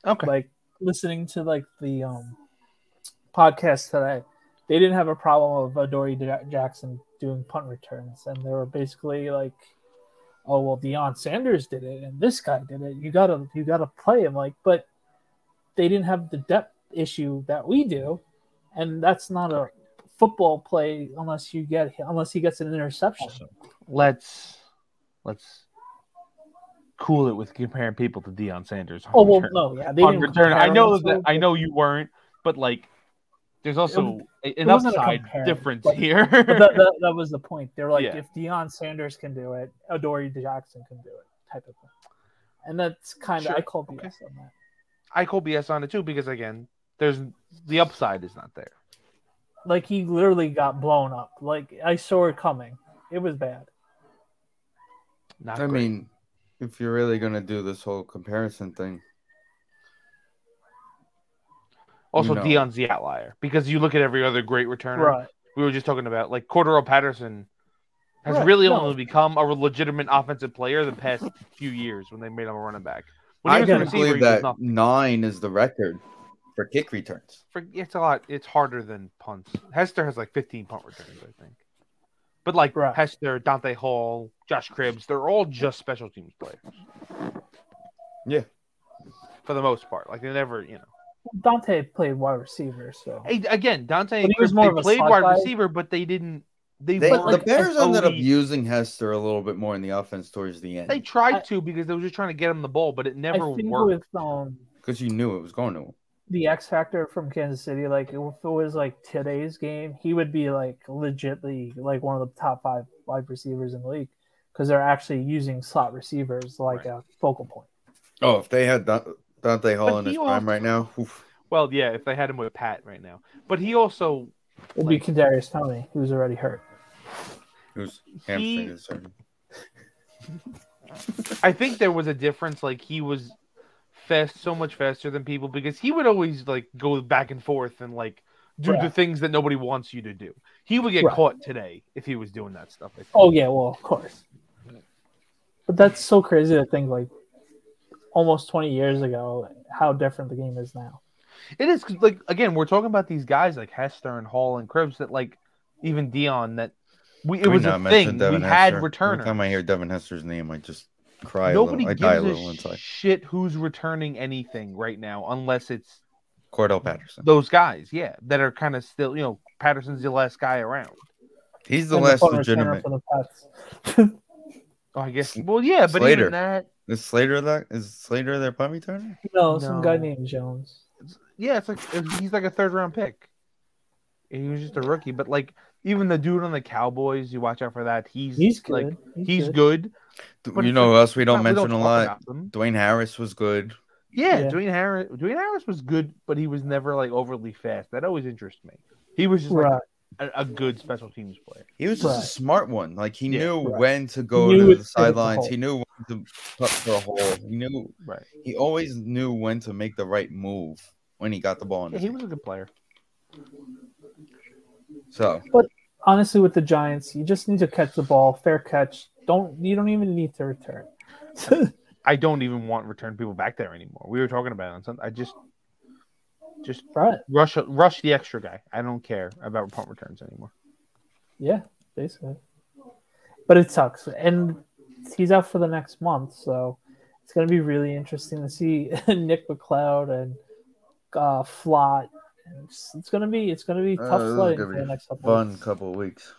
A: Okay.
B: Like listening to like the um podcast today, they didn't have a problem of Adoree Ja- Jackson doing punt returns, and they were basically like, "Oh well, Deion Sanders did it, and this guy did it. You gotta you gotta play him." Like, but they didn't have the depth issue that we do, and that's not a football play unless you get unless he gets an interception.
A: let's let's cool it with comparing people to Deion Sanders. on
B: Oh well,
A: return.
B: no, yeah, they
A: on
B: didn't
A: return, I
B: compare
A: know
B: him to-
A: that I know you weren't, but like, there's also a- an
B: wasn't a
A: upside
B: comparison,
A: difference
B: but-
A: here.
B: *laughs*
A: *laughs*
B: but that, that, that was the point. They were like,
A: Yeah.
B: if Deion Sanders can do it, Adoree Jackson can do it, type of thing. And that's kind of
A: Sure,
B: I call BS
A: okay.
B: on that.
A: I call BS on it too because again, there's the upside is not there.
B: Like he literally got blown up. Like I saw it coming. It was bad.
A: Not
C: I
A: great.
C: mean, if you're really gonna do this whole comparison thing,
A: also
C: no.
A: Deion's the outlier because you look at every other great returner.
B: Right.
A: We were just talking about like Cordero Patterson has
B: Right,
A: really
B: no.
A: only become a legitimate offensive player the past few years when they made him a running back. When he
C: I
A: was a
C: can't
B: gotta
A: receiver, he
C: believe
A: was
C: that
A: nothing.
C: nine is the record for kick returns.
A: for, it's a lot. It's harder than punts. Hester has like 15 punt returns, I think. But like
B: Right.
A: Hester, Dante Hall, Josh Cribbs, they're all just special teams players.
C: Yeah.
A: For the most part, like they never, you know.
B: Dante played wide receiver, so
A: Hey, again, Dante
B: But
A: and
B: he was
A: Cribbs,
B: more of
A: they
B: a
A: played
B: slot
A: wide
B: guy.
A: receiver, but they didn't. They,
C: They,
A: weren't
B: But,
C: the
B: like,
C: Bears ended up
A: elite.
C: using Hester a little bit more in the offense towards the
A: They
C: end
A: tried
B: I-
A: to because they were just trying to get him the ball, but it
B: I
A: never
B: think
A: worked.
B: with um
C: because you knew it was going to. Him.
B: the X Factor from Kansas City, like if it was like today's game, he would be like legitly like one of the top five wide receivers in the league because they're actually using slot receivers like a focal point.
C: Oh, if they had Da- Dante Hall
A: But
C: in
A: he
C: his prime
A: also-
C: right now, oof.
A: Well, yeah, if they had him with Pat right now, but he also
B: It'd
A: Like-
B: be Kadarius Tony, who's already hurt.
C: who's
A: he
C: hamstring is hurting.
A: I think there was a difference. Like he was fast, so much faster than people because he would always like go back and forth and like do the
B: Right.
A: things that nobody wants you to do. He would get
B: Right.
A: caught today if he was doing that stuff. I think.
B: Oh yeah, well of course. But that's so crazy to think like almost twenty years ago how different the game is now.
A: It is 'cause, like again, we're talking about these guys like Hester and Hall and Cribs that like even Dion that we it
C: We
A: was a
C: not mention
A: thing. We
C: Devin
A: had
C: Hester.
A: returners.
C: Every time I hear Devin Hester's name, I just cry.
A: Nobody
C: a little. I die a little
A: gives a
C: inside.
A: shit who's returning anything right now, unless it's
C: Cordell Patterson.
A: those guys, yeah, that are kind of still, you know, Patterson's the last guy around.
C: He's the
B: And
C: last
B: punt returner
C: legitimate.
B: for the Pats.
A: Oh, I guess.
C: Sl-
A: Well, yeah, but
C: Slater.
A: even that,
C: Is Slater that? Is Slater their punt returner?
B: *laughs* No, some guy
A: No.
B: named Jones.
A: yeah, it's like it- he's like a third round pick. And he was just a rookie, but like even the dude on the Cowboys, you watch out for that. He's
B: He's good.
A: like he's good.
C: Th-
A: But
C: you
A: it's
C: know who else we don't
A: We
C: mention a
A: talk
C: lot?
A: about him.
C: Dwayne Harris was good.
A: Yeah,
B: Yeah.
A: Dwayne Harris. Dwayne Harris was good, but he was never like overly fast. That always interests me. He was just
B: Right.
A: like a, a good special teams player.
C: He was just
B: Right.
C: a smart one. Like he
A: Yeah,
C: knew
B: right.
C: when to go
B: He knew
C: to
B: it
C: the
B: to the
C: sidelines.
B: hole.
C: He knew when to cut for a hole. He knew
A: Right.
C: he always knew when to make the right move when he got the ball in.
A: Yeah,
C: his
A: he was a good player.
C: So
B: honestly with the Giants, you just need to catch the ball, fair catch. Don't you don't even need to return. *laughs*
A: I don't even want return people back there anymore. We were talking about it on something. I just just
B: right.
A: rush rush the extra guy. I don't care about punt returns anymore.
B: Yeah, basically. But it sucks. And he's out for the next month, so it's gonna be really interesting to see *laughs* Nick McLeod and uh Flott. It's, it's gonna be it's gonna be
C: Uh,
B: tough
C: this is
B: sledding
C: gonna
B: for
C: be
B: the next couple
C: fun
B: weeks.
C: couple of weeks.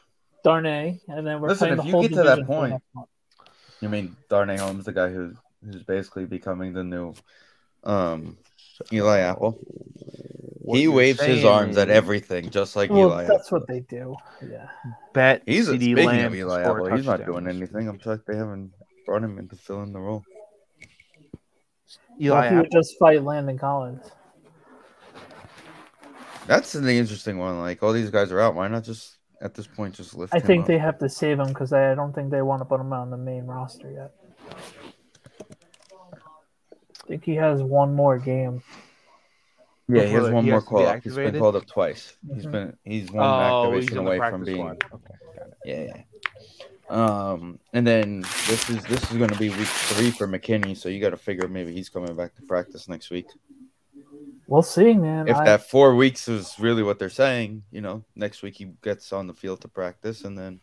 B: Darnay, and then we're
C: Listen,
B: playing
C: if
B: the
C: you
B: whole
C: get to that
B: division for the
C: point-
B: next month.
C: You mean Darnay Holmes, the guy who's who's basically becoming the new um Eli Apple.
A: What
C: he
A: you're
C: waves his
A: saying
C: arms at
A: is
C: everything, just like
B: Well,
C: Eli.
B: that's
C: Apple.
B: what they do. Yeah.
A: Bet
C: He's a,
A: CD
C: speaking
A: Lamb
C: of Eli
A: to score
C: Apple. He's not
A: touchdowns.
C: doing anything. I'm shocked they haven't brought him in to fill in the role.
A: Eli
B: he would
A: Apple.
B: just fight Landon Collins.
C: That's the interesting one. Like all these guys are out. Why not just at this point just lift?
B: I
C: him
B: think
C: up?
B: they have to save him because I don't think they want to put him on the main roster yet. I think he has one more game.
C: Yeah, he has
A: Well,
C: one
A: he
C: more
A: has to be
C: call up. He's been
A: activated?
C: called up twice. He's
B: Mhm.
C: been he's one
A: Oh,
C: activation
A: he's in the
C: away from
A: practice
C: being.
A: squad. Okay, got it.
C: Yeah, yeah. Um, and then this is this is going to be week three for McKinney, so you got to figure maybe he's coming back to practice next week.
B: We'll see, man.
C: If
B: I-
C: that four weeks is really what they're saying, you know, next week he gets on the field to practice, and then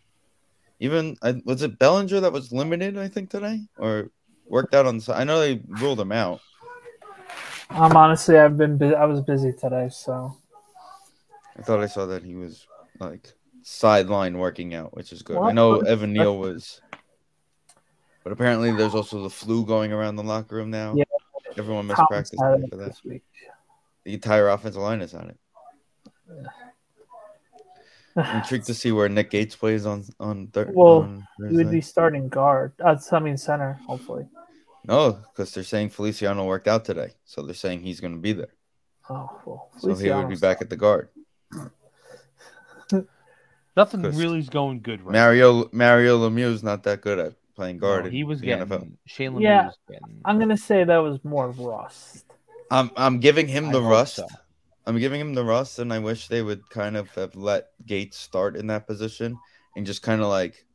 C: even I, was it Bellinger that was limited, I think today, or worked out on the side. I know they ruled him out.
B: I'm honestly, I've been, bu- I was busy today, so
C: I thought I saw that he was like sideline working out, which is good. I
B: Well,
C: know Evan Neal was, but apparently there's also the flu going around the locker room now.
B: Yeah. uh,
C: Everyone missed
B: Collins
C: practice
B: had
C: today
B: it
C: for that.
B: this week.
C: The entire offensive line is on it.
B: *sighs*
C: I'm intrigued to see where Nick Gates plays on on, thir-
B: Well,
C: on
B: He would
C: Thursday.
B: be starting guard. Uh, I mean, center, hopefully.
C: No, because they're saying Feliciano worked out today, so they're saying he's going to be there.
B: Oh, well,
C: So he would be
B: Feliciano's-
C: back at the guard.
A: Nothing
C: Chris-
A: really is going good right
C: Mario Mario Lemieux's not that good at playing
A: now.
C: guard.
A: No,
C: in
A: he was
C: the
A: getting
C: NFL.
A: Shane Lemieux
B: Yeah,
A: was getting.
B: I'm gonna say that was more rust.
C: I'm I'm giving him
A: I
C: the
A: hope
C: rust.
A: so.
C: I'm giving him the rust, and I wish they would kind of have let Gates start in that position and just kind of like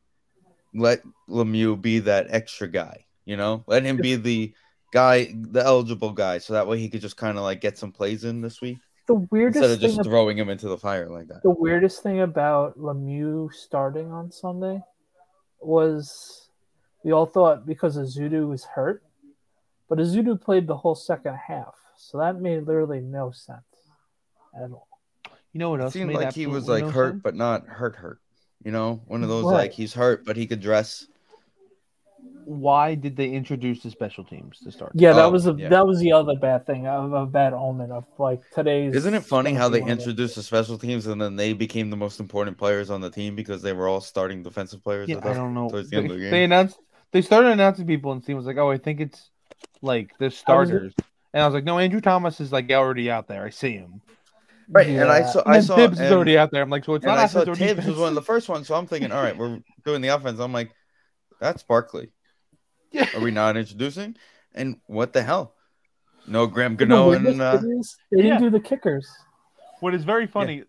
C: let Lemieux be that extra guy, you know, let him be the guy, the eligible guy, so that way he could just kind of like get some plays in this week
B: The weirdest
C: instead of
B: thing
C: just
B: ab-
C: throwing him into the fire like that.
B: the weirdest thing about Lemieux starting on Sunday was we all thought because Azudu was hurt, but Azudu played the whole second half, so that made literally no sense at all.
A: You know what
C: It
A: else?
C: seemed
A: made
C: like he
A: absolute
C: was like
A: no
C: hurt,
A: sense?
C: but not hurt, hurt. You know, one of those
B: Right.
C: like he's hurt, but he could dress.
A: Why did they introduce the special teams to start?
B: Yeah, that
C: Oh,
B: was a,
C: yeah.
B: that was the other bad thing of a bad omen of like today's.
C: Isn't it funny
B: gonna
C: how
B: be
C: they
B: one of the-
C: introduced the special teams and then they became the most important players on the team because they were all starting defensive players?
A: Yeah,
C: at
A: I
C: that-
A: don't know.
C: towards
A: They,
C: the end of the
A: they
C: game.
A: announced they started announcing people, and Steve was like, "Oh, I think it's like the starters," and I was like, "No, Andrew Thomas is like already out there. I see him.
C: Right, and I
B: Yeah.
C: saw,
A: And
C: I
A: then
C: saw,
A: Tibbs is
C: and-
A: already out there. I'm like, so it's
C: and
A: not
C: I saw
A: offense or
C: Tibbs was
A: defense.
C: one of the first ones, so I'm thinking, all right, we're doing the offense. I'm like, that's Barkley.
A: *laughs* Yeah.
C: Are we not introducing? And what the hell? No Graham
B: You know,
C: Gano and uh,
B: weirdest thing is they didn't
A: yeah.
B: do the kickers.
A: What is very funny,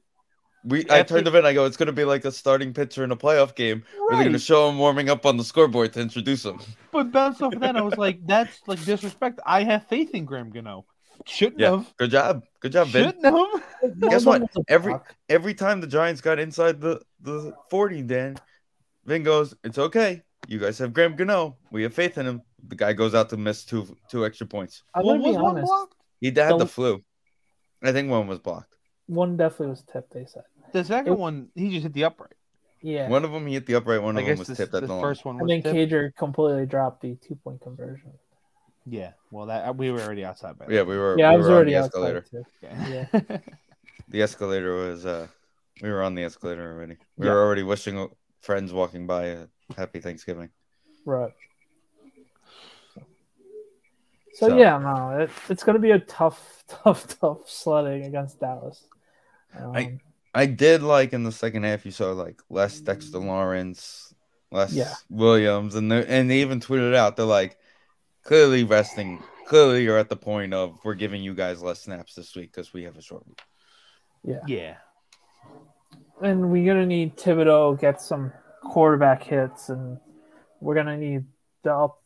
C: we. I
A: after-
C: turned to Ben. I go, it's gonna be like a starting pitcher in a playoff game. Where they're gonna
A: Right.
C: show him warming up on the scoreboard to introduce him.
A: but bounced off of that, I was like, that's like disrespect. I have faith in Graham Gano. Shouldn't
C: Yeah.
A: have.
C: Good job, good job, Ben.
B: *laughs*
A: Shouldn't have.
B: One of
C: Guess
B: them
C: what?
B: was a
C: Every-
B: block.
C: Every time the Giants got inside the the forty, Dan, Ben goes, it's okay. You guys have Graham Gano. We have faith in him. The guy goes out to miss two two extra points.
B: I'm
A: Well,
B: gonna
A: was
B: Uh, be
A: one
B: honest.
A: blocked?
C: He had the
B: Don't-
C: flu. I think one was blocked.
B: One definitely was tipped. They said.
A: The second
B: It-
A: one, he just hit the upright.
B: Yeah.
C: One of them he hit the upright. One
A: I
C: of them
A: guess
C: was
A: this,
C: tipped at
A: the
C: the line.
A: first one was
B: and then
A: tipped.
B: Cager completely dropped the two point conversion.
A: Yeah, well, that we were already outside by
C: Yeah, we were.
B: yeah,
C: we
B: I was
C: were
B: already
C: on the
B: outside
C: escalator.
B: too.
A: that. Yeah.
C: The escalator was. uh We were on the escalator already. We
A: Yeah.
C: were already wishing friends walking by a happy Thanksgiving.
B: *laughs* Right. So,
C: So-
B: yeah, no, it, it's going to be a tough, *laughs* tough, tough sledding against Dallas. Um,
C: I- I did like in the second half. You saw like less Dexter Lawrence, less
B: Yeah.
C: Williams, and they and they even tweeted out. They're like, clearly resting. Clearly, you're at the point of we're giving you guys less snaps this week because we have a short week.
A: *laughs* yeah.
B: and we're going to need Thibodeau get some quarterback hits, and we're going to need the up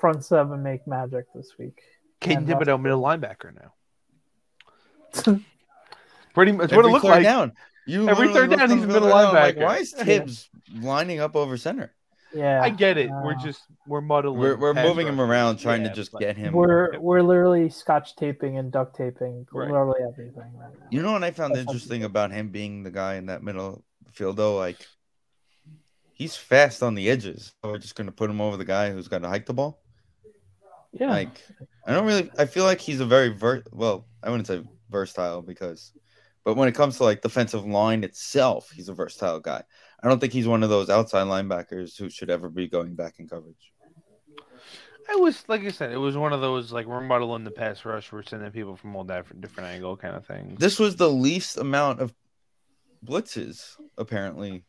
B: front seven make magic this week. *laughs*
A: Caden
B: And that's-
A: Thibodeau, middle linebacker now. Pretty much what it
C: Every
A: looked
C: third
A: like.
C: down. You
A: Every
C: literally
A: third
C: looked
A: down,
C: on
A: he's
C: the
A: middle
C: field, I'm Like,
A: linebacker.
C: why is
A: *laughs* Yeah.
C: Tibbs lining up over center?
B: Yeah.
A: I get it. we're
B: Uh,
A: just we're muddling.
C: We're, we're
A: pass
C: moving him
A: rush.
C: around, trying
A: Yeah,
C: to just
A: but-
C: get him.
B: We're we're literally scotch taping and duct taping
A: Right.
B: literally everything right now.
C: You know what I found
B: That's something.
C: interesting about him being the guy in that middle field though, like he's fast on the edges. So we're just gonna put him over the guy who's got to hike the ball.
B: Yeah.
C: Like I don't really. I feel like he's a very ver- well. I wouldn't say versatile because, but when it comes to like defensive line itself, he's a versatile guy. I don't think he's one of those outside linebackers who should ever be going back in coverage.
A: I was like I said, it was one of those like we're muddling the pass rush. We're sending people from all different different angle kind of thing.
C: This was the least amount of blitzes apparently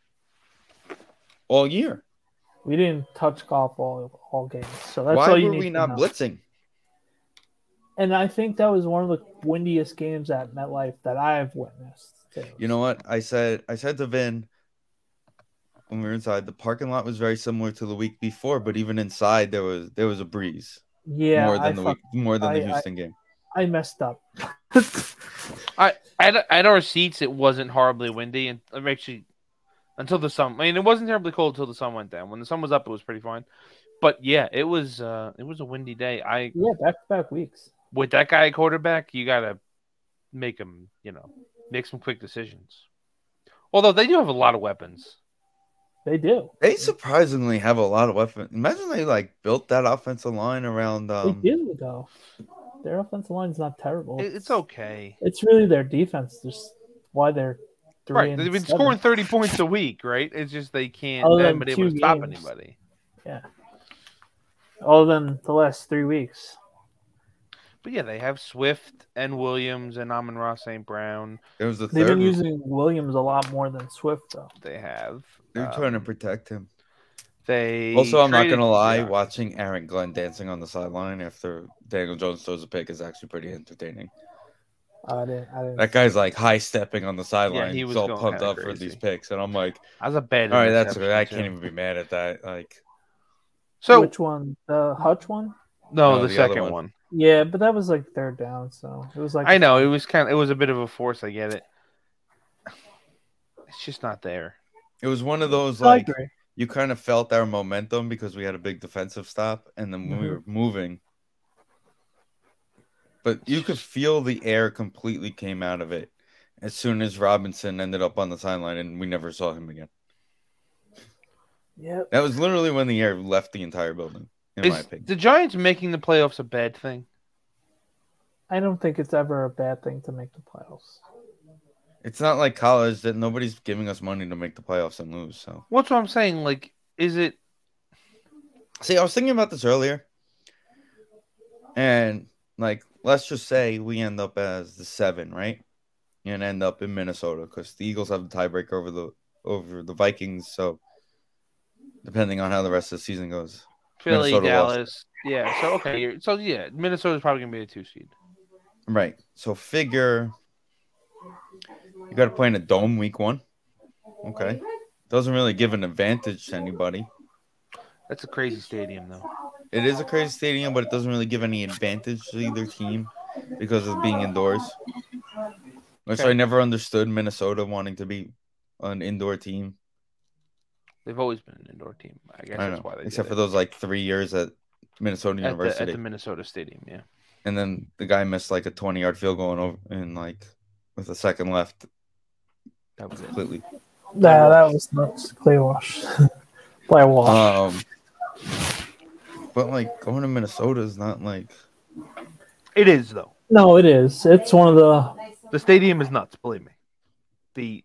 C: all year.
B: We didn't touch golf all all game, so that's
C: Why
B: all you
C: were
B: need.
C: we
B: to
C: not
B: know.
C: blitzing?
B: And I think that was one of the windiest games at MetLife that I've witnessed. too.
C: You know what I said? I said to Vin, when we were inside, the parking lot was very similar to the week before, but even inside there was there was a breeze
B: Yeah,
C: more than
B: I,
C: the
B: fuck,
C: week more than
B: I-
C: the
B: I- *laughs*
C: Houston game.
B: I messed up.
A: At, at our seats, it wasn't horribly windy, and um, actually, until the sun. I mean, it wasn't terribly cold until the sun went down. When the sun was up, it was pretty fine. But yeah, it was uh, it was a windy day. I
B: Yeah, back to back weeks.
A: with that guy at quarterback, you gotta make him, you know, make some quick decisions. Although they do have a lot of weapons.
B: They do.
C: They surprisingly have a lot of weapons. Imagine they like built that offensive line around um
B: they do though. Their offensive line's not terrible.
A: It- It's okay,
B: It's really their defense. Just why they're three
A: right?
B: and
A: They've been
B: seven.
A: scoring thirty points a week, right? It's just they can't
B: Other
A: they
B: than
A: haven't been able
B: two
A: to stop
B: games.
A: anybody.
B: other than the last three weeks.
A: But yeah, they have Swift and Williams and Amon Ross St. Brown.
C: there was the
B: They've
C: third
B: been using Williams a lot more than Swift though.
A: They have.
C: they're
B: uh,
A: um,
C: trying to protect him.
A: They
C: Also, I'm not
A: traded-
C: gonna lie,
A: yeah.
C: watching Aaron Glenn dancing on the sideline after Daniel Jones throws a pick is actually pretty entertaining.
B: I didn't. I didn't
C: That guy's like high stepping on the sideline.
A: he
C: He's
A: was
C: all
A: going
C: pumped
A: kinda
C: up for these
A: crazy.
C: picks, and I'm like,
A: That was a bad.
C: all right, that's
A: interception,
C: I
A: too.
C: can't even be mad at that. Like,
A: So
B: which one? The Hutch one?
A: no,
C: No,
A: the,
C: the other
A: second
C: one.
A: one.
B: Yeah, but that was like third down, so it was like
A: I know it was kind of it was a bit of a force. I get it. It's just not there.
C: it was one of those
B: I
C: like
B: agree.
C: you kind of felt our momentum because we had a big defensive stop, and then when we
B: Mhm.
C: were moving, but you could feel the air completely came out of it as soon as Robinson ended up on the sideline, and we never saw him again.
B: Yep.
C: That was literally when the air left the entire building, in my
A: Is
C: opinion.
A: the Giants making the playoffs a bad thing?
B: I don't think it's ever a bad thing to make the playoffs.
C: It's not like college that nobody's giving us money to make the playoffs and lose. So,
A: What's what I'm saying? Like, is it?
C: see, I was thinking about this earlier, and like, let's just say we end up as the seven, right? And end up in Minnesota because the Eagles have the tiebreaker over the over the Vikings. So, depending on how the rest of the season goes,
A: Philly,
C: Minnesota lost.
A: Dallas, yeah. So okay, you're, so yeah, Minnesota's probably gonna be a two seed.
C: right? So, figure you got to play in a dome week one. Okay, doesn't really give an advantage to anybody.
A: That's a crazy stadium though.
C: It is a crazy stadium, but it doesn't really give any advantage to either team because of being indoors. Which
A: Okay.
C: I never understood Minnesota wanting to be an indoor team.
A: They've always been an indoor team. I guess
C: I don't
A: that's
C: know,
A: why they
C: except
A: did
C: for those like three years at Minnesota
A: it. at the,
C: University,
A: at the Minnesota Stadium. Yeah,
C: and then the guy missed like a twenty-yard field goal and over and like with a second left
A: that was it.
C: completely.
B: Nah, that was nuts. Clay wash. *laughs* Play wash.
C: Um, but like going to Minnesota is not like
A: It is though.
B: no, it is. It's one of the
A: The stadium is nuts. Believe me. The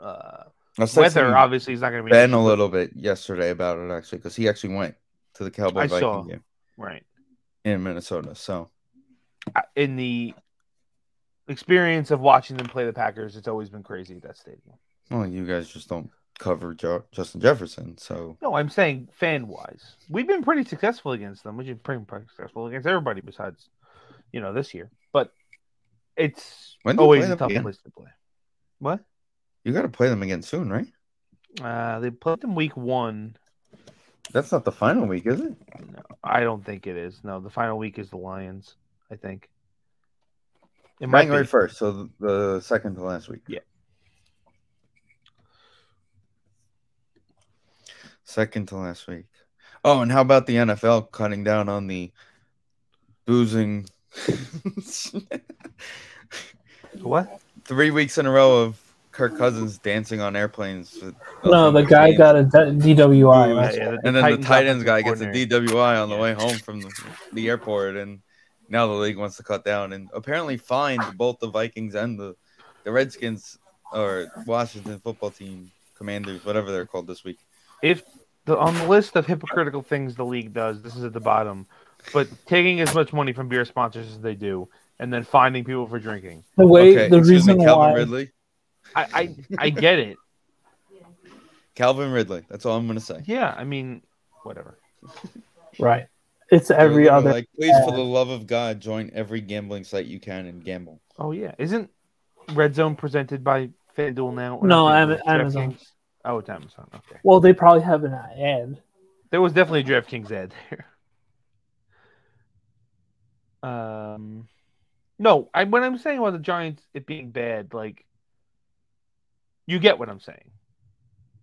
A: uh,
C: I was
A: weather
C: texting
A: obviously is not gonna be an
C: Ben a
A: issue,
C: little bit yesterday about it actually because he actually went to the Cowboy
A: I
C: Viking
A: saw.
C: game.
A: but- right.
C: in Minnesota. So
A: I- in the experience of watching them play the Packers, it's always been crazy at that stadium.
C: well, you guys just don't cover jo- Justin Jefferson. So
A: No, I'm saying fan wise, we've been pretty successful against them. We've been pretty, pretty successful against everybody besides, you know, this year. But it's
C: When do you
A: always
C: play
A: a
C: them
A: tough
C: again?
A: place to play. What?
C: you got to play them again soon, right?
A: Uh, they played them week one.
C: That's not the final week, is it?
A: No, I don't think it is. No, the final week is the Lions. I think. It might
C: January
A: be.
C: first, so th- the second to last week.
A: Yeah.
C: Second to last week. Oh, and how about the NFL cutting down on the *laughs* boozing?
A: What?
C: Three weeks in a row of Kirk Cousins dancing on airplanes. with-
B: no. The guy
C: Yeah.
B: got a D- DWI.
C: Ooh,
B: That's-
A: Uh, yeah,
C: and then the tight ends
A: offensive
C: guy gets a
A: coordinator.
C: DWI on the
A: Yeah.
C: way home from the, the airport, and now the league wants to cut down and apparently fined both the Vikings and the the Redskins or Washington football team commanders, whatever they're called this week.
A: if the, on the list of hypocritical things the league does, this is at the bottom. But taking as much money from beer sponsors as they do, and then finding people for drinking,
B: The way the
C: excuse
B: reason
C: Calvin
B: why
C: Ridley,
A: I I, I get it.
C: Calvin Ridley. That's all I'm gonna say.
A: Yeah, I mean, whatever.
B: right. It's
C: They're
B: every
C: literally
B: other
C: Like, please, for the love of God, join every gambling site you can and gamble.
A: Oh yeah, isn't Red Zone presented by FanDuel now?
B: No,
A: not
B: Am-
A: FanDuel,
B: Amazon.
A: DraftKings? Oh, time is on. Okay.
B: Well, they probably have an ad.
A: There was definitely a DraftKings ad there. Um, no, I when I'm saying about the Giants it being bad, like you get what I'm saying.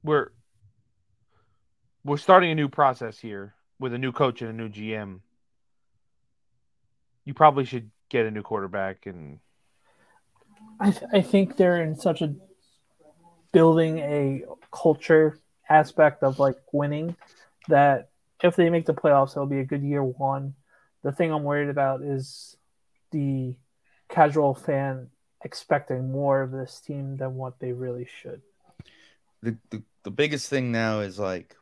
A: We're we're starting a new process here with a new coach and a new GM. You probably should get a new quarterback and
B: I, th- I think they're in such a building a culture aspect of like winning that if they make the playoffs, it'll be a good year one. The thing I'm worried about is the casual fan expecting more of this team than what they really should.
C: the, the, the biggest thing now is like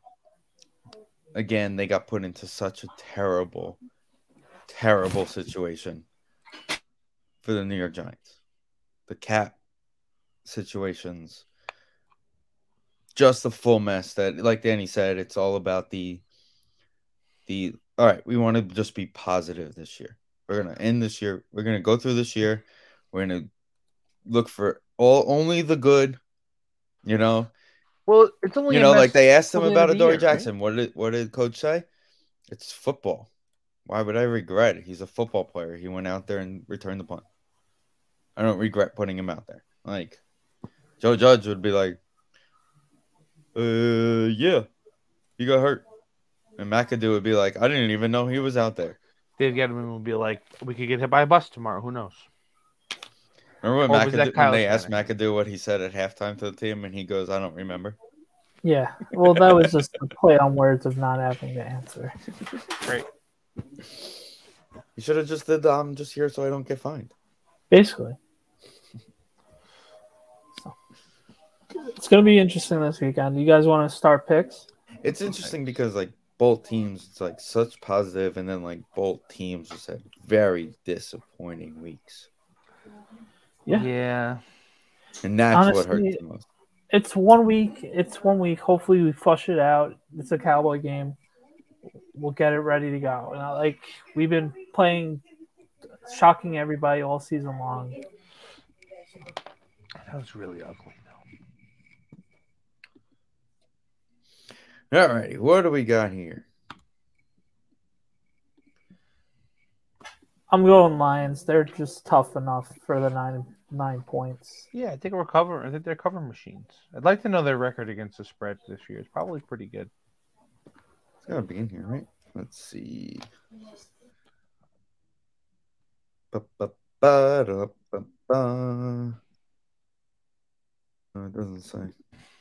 C: again they got put into such a terrible terrible situation for the new york giants the cap situations just the full mess that like danny said it's all about the the all right we want to just be positive this year we're gonna end this year we're gonna go through this year we're gonna look for all only the good you know
A: well, it's only
C: you know, like they asked him
A: till the end
C: about
A: of the
C: Adoree
A: year, right?
C: Jackson. What did what did coach say? It's football. Why would I regret it? He's a football player. He went out there and returned the punt. I don't regret putting him out there. Like Joe Judge would be like, uh, yeah, he got hurt, and McAdoo would be like, I didn't even know he was out there.
A: Dave Gettleman would be like, "We could get hit by a bus tomorrow. Who knows?"
C: Remember when,
A: Or was that
C: McAdoo,
A: Kyle
C: when they asked
A: Shanahan?
C: McAdoo what he said at halftime to the team, and he goes, I don't remember.
B: Yeah. Well, that was just a play on words of not having the answer.
C: He should have just did. The, I'm just here so I don't get fined.
B: Basically. So. It's going to be interesting this weekend. You guys want to start picks?
C: It's interesting because like both teams, it's like such positive, and then like both teams just had very disappointing weeks,
B: Yeah.
A: yeah.
C: and that's what hurt
B: Honestly-
C: the most.
B: It's one week. It's one week. Hopefully, we flush it out. It's a Cowboy game. We'll get it ready to go. And I, like we've been playing, shocking everybody all season long.
A: That was really ugly. Though.
C: All righty, what do we got here?
B: I'm going Lions. They're just tough enough for the nine nine points.
A: Yeah, I think we're cover. I think uh, they're cover machines. I'd like to know their record against the spread this year. It's probably pretty good.
C: It's gotta be in here, right? Let's see. Ba-ba-ba-da-ba-ba. No, it doesn't say.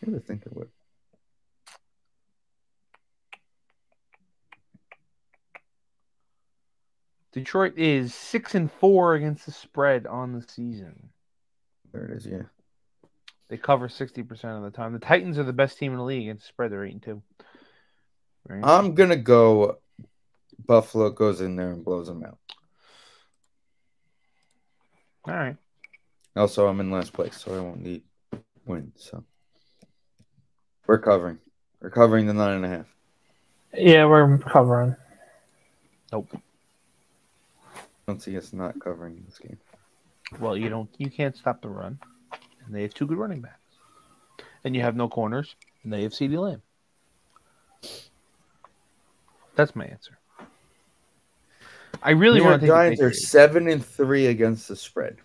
C: I would think it would.
A: Detroit is six and four against the spread on the season.
C: There it is. Yeah.
A: They cover sixty percent of the time. The Titans are the best team in the league against the spread. They're eight and two. Right?
C: I'm gonna go. Buffalo goes in there and blows them out.
A: All right.
C: Also, I'm in last place, so I won't need win. So we're covering. We're covering the nine and a half.
B: Yeah, we're covering.
A: Nope.
C: I don't see us not covering this game.
A: Well, you don't. You can't stop the run, and they have two good running backs, and you have no corners, and they have Ceedee Lamb. That's my answer. I really
C: New
A: want to take
C: York
A: the
C: Giants are
A: Patriots.
C: seven and three against the spread.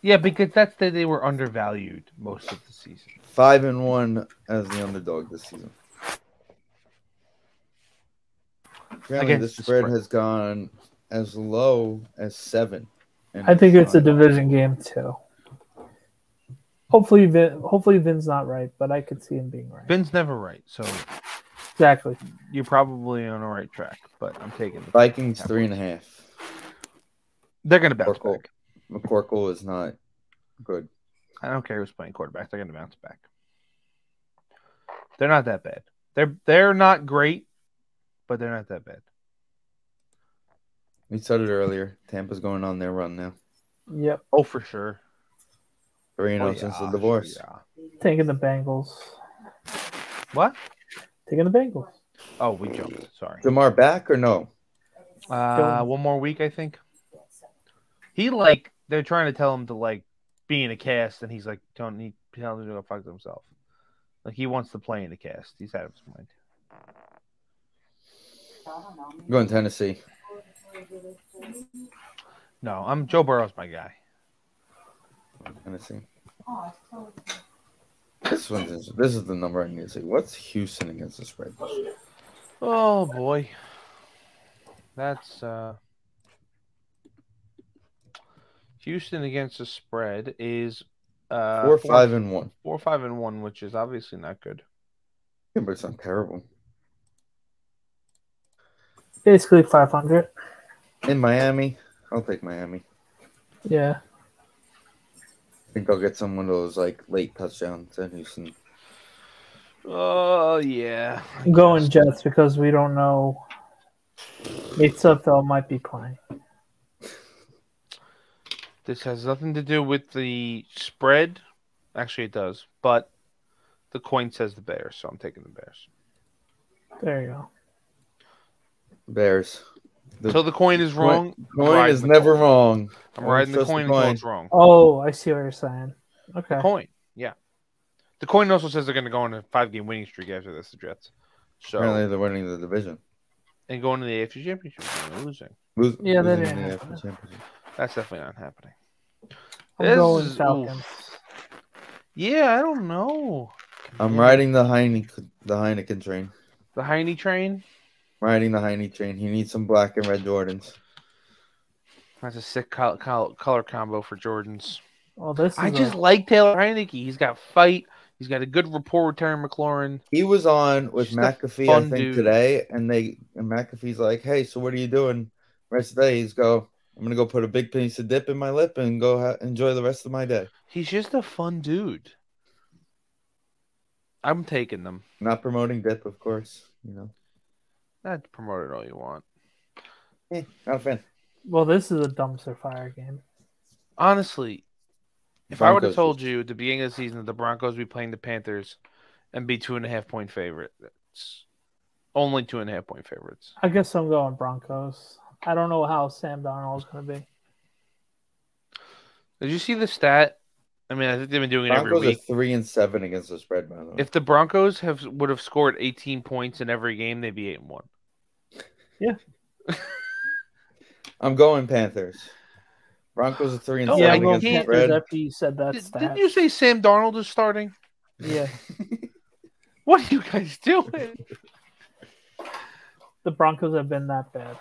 A: Yeah, because that's that they were undervalued most of the season.
C: Five and one as the underdog this season. Apparently, the
A: Against the
C: spread
A: spread.
C: has gone as low as seven. and
B: I think it's a
C: five.
B: division game too. Hopefully, Vin, hopefully Vin's not right, but I could see him being right.
A: Ben's never right, so
B: Exactly.
A: you're probably on the right track. But I'm taking the
C: Vikings three and a half.
A: They're going to bounce
C: Oracle.
A: back.
C: McCorkle is not good.
A: I don't care who's playing quarterback. They're going to bounce back. They're not that bad. They're they're not great, but they're not that bad.
C: We said it earlier. Tampa's going on their run now.
B: Yep.
A: Oh, for sure.
C: Three and
A: Oh,
C: oh since the
A: yeah,
C: divorce.
A: yeah.
B: Taking the Bengals.
A: What?
B: Taking the Bengals.
A: Oh, we jumped. Sorry.
C: Demar back or no?
A: Uh, one more week, I think. He like they're trying to tell him to like be in a cast, and he's like, "Don't need tell him to go fuck himself." Like he wants to play in the cast. He's out of his mind.
C: I'm going Tennessee.
A: No, I'm Joe Burrow's my guy.
C: Tennessee. This one is this is the number I need to see. What's Houston against the spread?
A: Uh, Oh boy. That's uh Houston against the spread is uh
C: Four, five, and one.
A: four, five, and one, which is obviously not good.
C: Yeah, but it's not terrible.
B: Basically 500.
C: In Miami, I'll take Miami.
B: Yeah.
C: I think I'll get some one of those like late touchdowns in Houston.
A: Oh yeah.
B: I'm going Jets because we don't know. Nate Sudfeld might be playing.
A: This has nothing to do with the spread. Actually it does, but the coin says the Bears, so I'm taking the Bears.
B: There you go.
C: Bears. The
A: so the coin is
C: coin-
A: wrong.
C: Coin
A: riding
C: is
A: the
C: never
A: coin.
C: wrong.
A: I'm
C: I'm
A: riding the
C: supposed to
A: coin and the
C: coin.
A: coin's wrong.
B: Oh, I see what you're saying. Okay.
A: Coin, yeah. The coin also says they're going to go on a five-game winning streak after this, the Jets. So
C: Apparently they're winning the division.
A: and going to the AFC Championship, and they're losing.
C: Lose,
B: Yeah, that
C: losing
B: didn't
C: in the
B: happen.
C: AFC championship.
A: That's definitely not happening.
B: I'm
A: This
B: going
A: is-
B: Falcons.
A: oof. Yeah, I don't know.
C: I'm riding the Heineken the Heineken train.
A: The Heine train.
C: Riding the Heineken train. He needs some black and red Jordans.
A: That's a sick col- col- color combo for Jordans.
B: Well, this is
A: I
B: a-
A: just like Taylor Heineke. He's got fight. He's got a good rapport with Terry McLaurin.
C: He was on with
A: Just a
C: McAfee, I
A: fun
C: think,
A: dude.
C: today, and they and McAfee's like, "Hey, so what are you doing the rest of the day?" He's go, "I'm gonna go put a big piece of dip in my lip and go ha- enjoy the rest of my day."
A: He's just a fun dude. I'm taking them.
C: Not promoting dip, of course. You know,
A: Not promote it all you want.
C: Eh, not a fan.
B: well, this is a dumpster fire game.
A: Honestly, If I would have
C: Broncos.
A: told you at the beginning of the season that the Broncos would be playing the Panthers and be two and a half point favorite, that's only two and a half point favorites.
B: I guess I'm going Broncos. I don't know how Sam Donald's going to be.
A: Did you see the stat? I mean, I think they've been doing it
C: Broncos
A: every
C: are
A: week.
C: three and seven against the spread, by the way.
A: If the Broncos have would have scored 18 points in every game, they'd be eight and one.
C: I'm going Panthers. Broncos are three and
A: Oh,
B: yeah,
A: I
B: I'm
C: seven
B: going
C: against the
A: can't-
B: Panthers
C: spread.
B: after you said that
A: Did,
B: stat.
A: didn't you say Sam Darnold is starting?
B: Yeah,
A: What are you guys doing?
B: the Broncos have been that bad.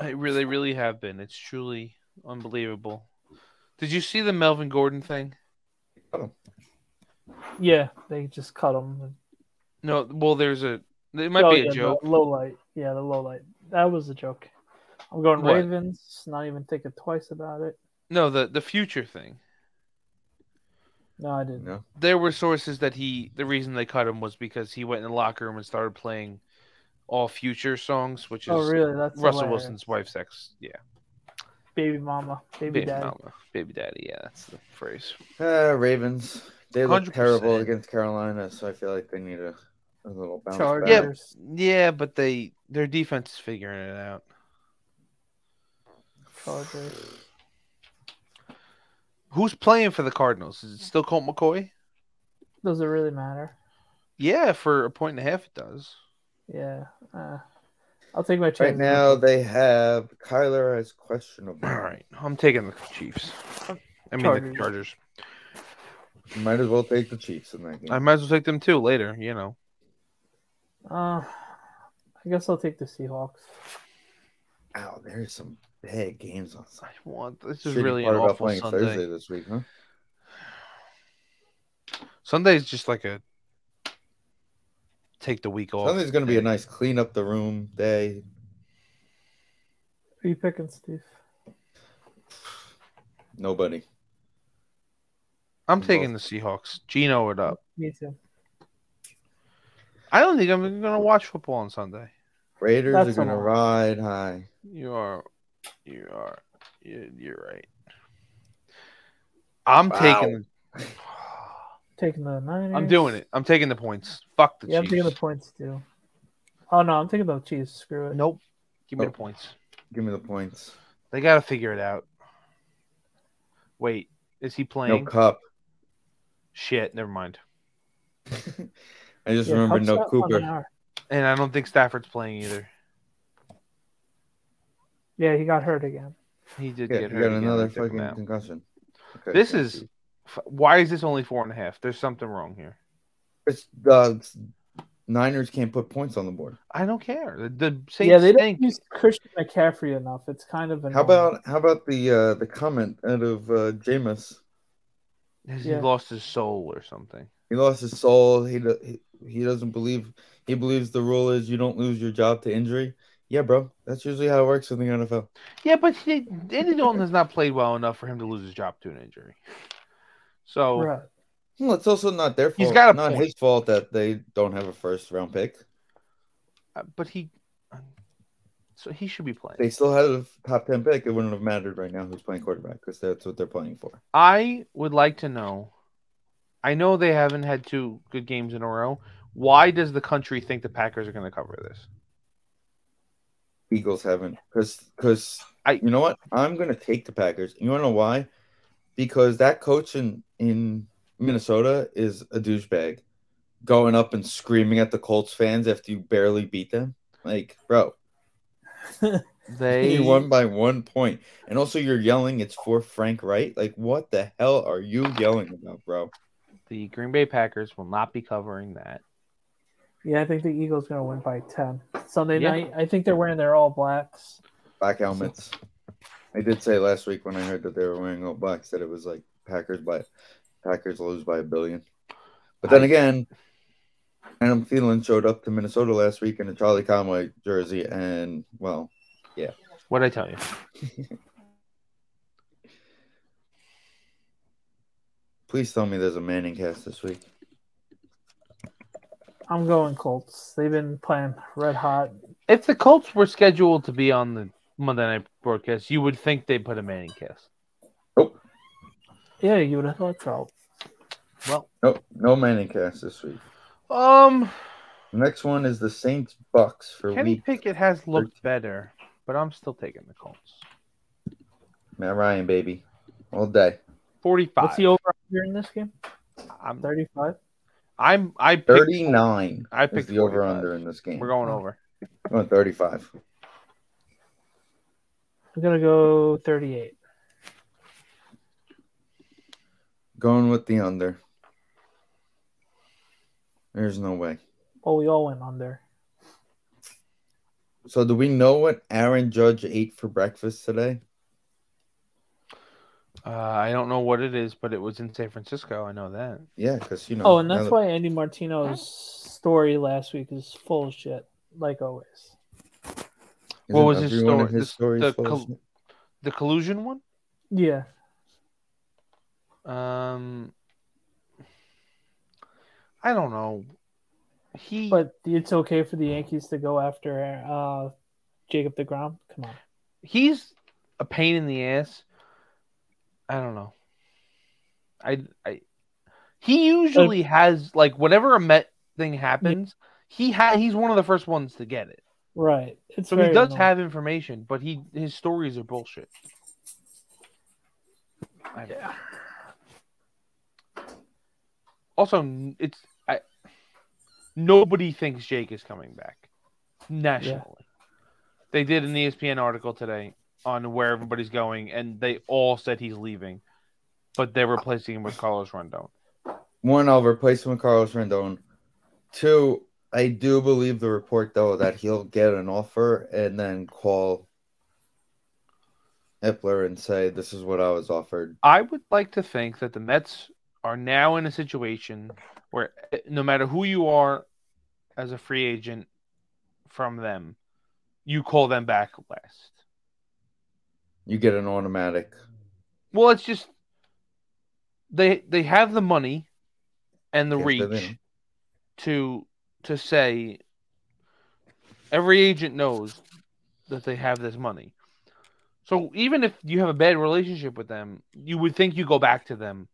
A: I really, really have been. It's truly unbelievable. Did you see the Melvin Gordon thing?
B: Yeah, they just cut them.
A: No. Well, there's a. It might
B: oh,
A: be a
B: yeah,
A: joke.
B: The low light. Yeah, the low light. That was a joke. I'm going
A: What?
B: Ravens. Not even thinking twice about it.
A: No, the the future thing.
B: No, I didn't.
C: No,
A: there were sources that he the reason they cut him was because he went in the locker room and started playing all future songs, which is
B: Oh, really? That's
A: Russell
B: hilarious.
A: Wilson's wife's ex. Yeah,
B: baby mama, baby,
A: baby,
B: daddy.
A: mama, baby daddy. Yeah, that's the phrase.
C: uh, Ravens. They look
A: 100%.
C: terrible against Carolina, so I feel like they need a, a little bounce back.
A: Yeah.
B: Chargers.
A: Yeah, but they their defense is figuring it out.
B: Chargers.
A: Who's playing for the Cardinals? Is it still Colt McCoy?
B: Does it really matter?
A: Yeah, for a point and a half, it does.
B: Yeah. Uh, I'll take my
C: Right
B: chance.
C: now, they have Kyler as questionable.
A: All right, I'm taking the Chiefs. I mean
B: Chargers.
A: the Chargers.
C: Might as well take the Chiefs in that game.
A: I might as well take them too later. You know,
B: Uh, I guess I'll take the Seahawks.
C: Ow, there's some bad games on
A: I
C: Sunday.
A: want this is
C: Shitty
A: really an
C: part about
A: awful
C: playing
A: Sunday.
C: Thursday this week, huh?
A: Sunday's just like a take the week off.
C: Sunday's going to be a nice clean up the room day.
B: Who you picking, Steve?
C: Nobody.
A: I'm taking the Seahawks. Gino it up.
B: Me too. I
A: I don't think I'm going to watch football on Sunday.
C: Raiders
B: That's
C: are going to
B: a lot.
C: ride high.
A: You are, you are, you- you're right. I'm
C: Wow.
A: taking.
B: taking the
A: *sighs*
B: Niners.
A: I'm doing it. I'm taking the points. Fuck the
B: Yeah, I'm
A: Chiefs.
B: taking the points too. Oh no, I'm taking the Chiefs. Screw it.
A: Nope. Give me the
C: Nope.
A: points.
C: Give me the points.
A: They got to figure it out. Wait, is he playing?
C: No cup.
A: Shit. Never mind.
C: I just
B: Yeah,
C: remember
B: Cubs
C: no
B: got one
C: Cooper.
B: an hour.
A: And I don't think Stafford's playing either.
B: Yeah, he got hurt again.
A: He did
C: Yeah,
A: get
C: you
A: hurt.
C: got
A: again.
C: another
A: They took him
C: fucking
A: out.
C: concussion. Okay,
A: This
C: thank
A: is
C: you.
A: f- why is this only four and a half? There's something wrong here.
C: it's the Niners can't put points on the board.
A: I don't care. The, the Saints
B: yeah, they don't
A: stink.
B: use Christian McCaffrey enough. It's kind of annoying.
C: How about how about the uh, the comment out of uh, Jameis?
A: Has
B: Yeah.
A: He lost his soul or something.
C: He lost his soul. He, do- he he doesn't believe he believes the rule is you don't lose your job to injury. Yeah, bro, that's usually how it works in the NFL.
A: Yeah, but he, Andy Dalton has not played well enough for him to lose his job to an injury. So
B: Right.
C: Well, Hmm, it's also not their fault.
A: He's got a
C: not
A: point.
C: his fault that they don't have a first round pick.
A: Uh, but he, so he should be playing.
C: They still had a top ten pick. It wouldn't have mattered right now who's playing quarterback because that's what they're playing for.
A: I would like to know. I know they haven't had two good games in a row. Why does the country think the Packers are going to cover this?
C: Eagles haven't because because
A: I-
C: you know what I'm gonna take the Packers. You wanna know why? Because that coach in in Minnesota is a douchebag, going up and screaming at the Colts fans after you barely beat them. Like, bro, *laughs*
A: They
C: you won by one point, and also you're yelling it's for Frank Wright. Like, what the hell are you yelling about, bro?
A: the Green Bay Packers will not be covering that.
B: Yeah, I think the Eagles gonna win by ten Sunday
A: Yeah.
B: night. I think they're wearing their all blacks.
C: Black helmets. I did say last week when I heard that they were wearing all blacks that it was like Packers by Packers lose by a billion. But then
A: I-
C: again, Adam Thielen showed up to Minnesota last week in a Charlie Conway jersey, and well,
A: What would I tell you?
C: please tell me there's a Manning cast this week.
B: I'm going Colts. They've been playing red hot.
A: If the Colts were scheduled to be on the Monday night broadcast, you would think they put a Manning cast.
B: Yeah, you would have thought so.
A: Well,
C: No, no Manning cast this week.
A: um,
C: Next one is the Saints Bucks for
A: Kenny
C: week.
A: Pickett has looked better, but I'm still taking the Colts.
C: Matt Ryan, baby, all day.
A: Forty-five.
B: What's the over here in this game?
A: I'm,
B: Thirty-five.
A: I'm. I picked,
C: Thirty-nine.
A: I
C: is
A: picked
C: the over
A: 45.
C: under in this game.
A: We're going over.
C: going thirty-five.
B: I'm gonna go thirty-eight.
C: Going with the under. There's no way.
B: Oh, we all went under.
C: So do we know what Aaron Judge ate for breakfast today?
A: Uh, I don't know what it is, but it was in San Francisco. I know that.
C: Yeah, because you know.
B: Oh, and that's
C: now
B: why Andy Martino's story last week is full of shit, like always.
C: that-
A: what was
C: isn't
A: his
C: every one of
A: story?
C: His
A: The-
C: stories
A: the
C: full of
A: col-
C: shit?
A: The collusion one.
B: Yeah,
A: Um, I don't know. He
B: but it's okay for the Yankees to go after uh, Jacob Degrom. Come on.
A: he's a pain in the ass. I don't know. I I he usually has like whenever a Met thing happens, he ha- he's one of the first ones to get it.
B: Right. It's
A: So he
B: very
A: does
B: annoying.
A: have information, but he his stories are bullshit. I-
B: Yeah.
A: Also, n- it's I nobody thinks Jake is coming back nationally. They did an E ESPN article today on where everybody's going, and they all said he's leaving, but
B: Uh,
A: they're replacing him with Carlos Rondon.
C: One, I'll replace him with Carlos Rendon. Two, I do believe the report though that he'll get an offer and then call Epler and say, "This is what I was offered."
A: I would like to think that the Mets are now in a situation where eh, no matter who you are as a free agent from them, you call them back last.
C: You get an automatic.
A: Well, it's just they they have the money and the
C: Yes, they
A: reach
C: do.
A: to to say every agent knows that they have this money. So even if you have a bad relationship with them, you would think you go back to them,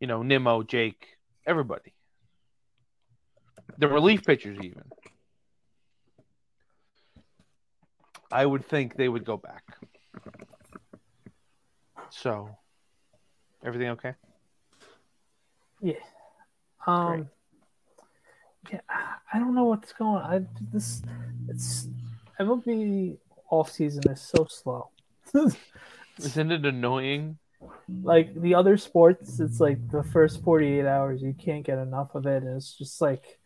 A: you know, Nimmo, Jake, everybody. The relief pitchers even. I would think they would go back. So everything okay?
B: Um, yeah, I don't know what's going on. I, this it's MLB off season is so slow. *laughs*
A: Isn't it annoying?
B: like the other sports, it's like the first forty eight hours you can't get enough of it, and it's just like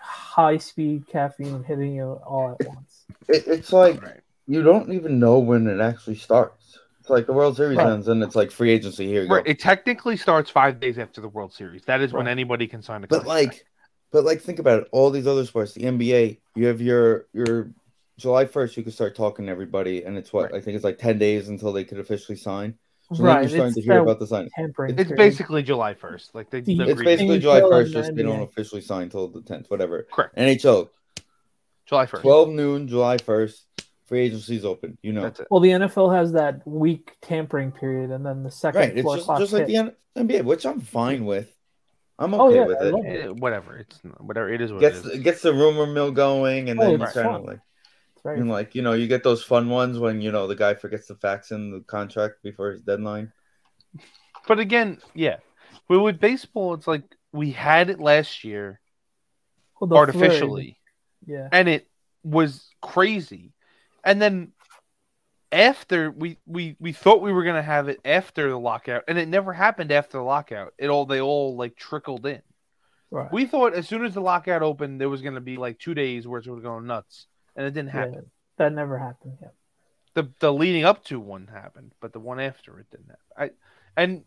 B: high speed caffeine hitting you all at once.
C: It, it's like you don't even know when it actually starts. It's like the World Series
B: Right.
C: ends and it's like free agency. Here you
A: Right.
C: go.
A: It technically starts five days after the World Series. That is when
B: Right.
A: anybody can sign a
C: But
A: contract.
C: like, but like, think about it. All these other sports, the NBA, you have your your July first, you can start talking to everybody, and it's what
A: Right.
C: I think it's like ten days until they could officially sign. So then
B: right,
C: you're starting
B: it's
C: to hear
B: that
C: about the sign.
B: tampering.
A: it's
B: period.
A: basically July first. Like they,
B: It's
A: they
C: It's
A: agreed.
C: basically
B: NHL
C: July
B: and
C: first, just they
B: NBA.
C: don't officially sign until the tenth, whatever.
A: Correct.
C: NHL,
A: July first.
C: twelve noon, July first, free agency's open. You know,
A: That's it.
B: Well, the NFL has that week tampering period, and then the second
C: right? It's
B: four
C: just,
B: o'clock
C: just like
B: hit.
C: the NBA, which I'm fine with. I'm okay
B: Oh, yeah,
C: with
B: I
C: it.
B: love
A: Eh, whatever. It's not- whatever. It is what
C: gets
A: it is.
C: gets the rumor mill going, and
B: Oh,
C: then
B: it's
C: you kind
B: fun.
C: of like
B: It's very
C: and like you know you get those fun ones when you know the guy forgets to fax in the contract before his deadline.
A: But again, yeah. But with baseball, it's like we had it last year
B: Well, the
A: artificially.
B: flurry, Yeah.
A: and it was crazy. And then after we we we thought we were gonna have it after the lockout, and it never happened after the lockout. It all they all like trickled in.
B: Right.
A: We thought as soon as the lockout opened, there was gonna be like two days where it was going nuts, and it didn't
B: Yeah,
A: happen.
B: that never happened. Yeah.
A: The the leading up to one happened, but the one after it didn't. Happen. I and.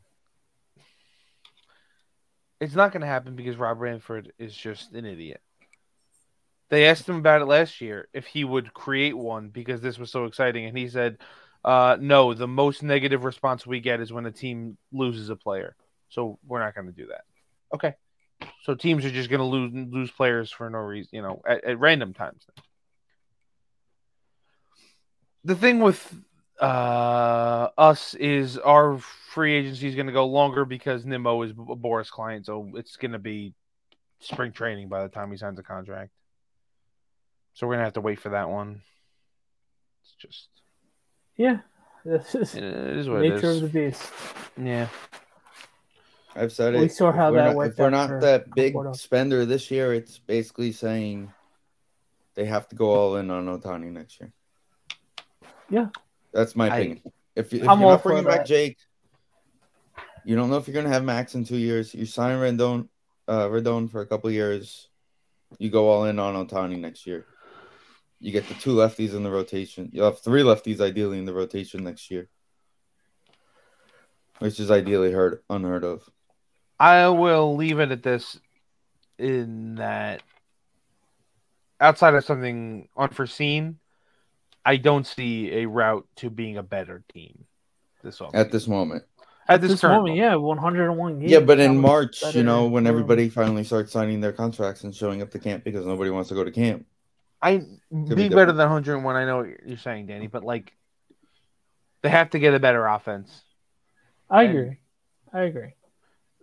A: It's not going to happen because Rob Ranford is just an idiot. They asked him about it last year if he would create one because this was so exciting, and he said, uh, "No, the most negative response we get is when a team loses a player, so we're not going to do that." Okay, so teams are just going to lose lose players for no reason, you know, at, at random times. The thing with uh, us is our free agency is going to go longer because Nimmo is a Boris client, so it's going to be spring training by the time he signs a contract. So we're gonna have to wait for that one. It's just
B: Yeah. *laughs* This is
A: it is what
B: nature
A: it is.
B: of the beast.
A: Yeah,
C: I've said it.
B: We saw
C: If
B: how
C: we're
B: that
C: not,
B: worked
C: If we're
B: out
C: not
B: for
C: that big
B: Conforto.
C: spender this year, it's basically saying they have to go all in on Otani next year.
B: Yeah.
C: that's my
A: I-
C: opinion. if you, if
B: I'm
C: you're
B: all
C: not
B: for
C: bringing
B: that.
C: back Jake, you don't know if you're gonna have Max in two years. You sign Rendon, uh, Rendon for a couple years. You go all in on Otani next year. You get the two lefties in the rotation. You'll have three lefties ideally in the rotation next year, which is ideally heard unheard of.
A: I will leave it at this. In that, outside of something unforeseen, I don't see a route to being a better team this off
C: at this moment.
A: at this, current
B: moment,
A: moment.
B: yeah, 101 games.
C: Yeah, but
B: that
C: in
B: was
C: March,
B: better
C: you know,
B: than-
C: when everybody finally starts signing their contracts and showing up to camp because nobody wants to go to camp.
A: I
C: be
A: being better
C: different.
A: than 101. I know what you're saying, Danny, but like they have to get a better offense.
B: I agree. I agree.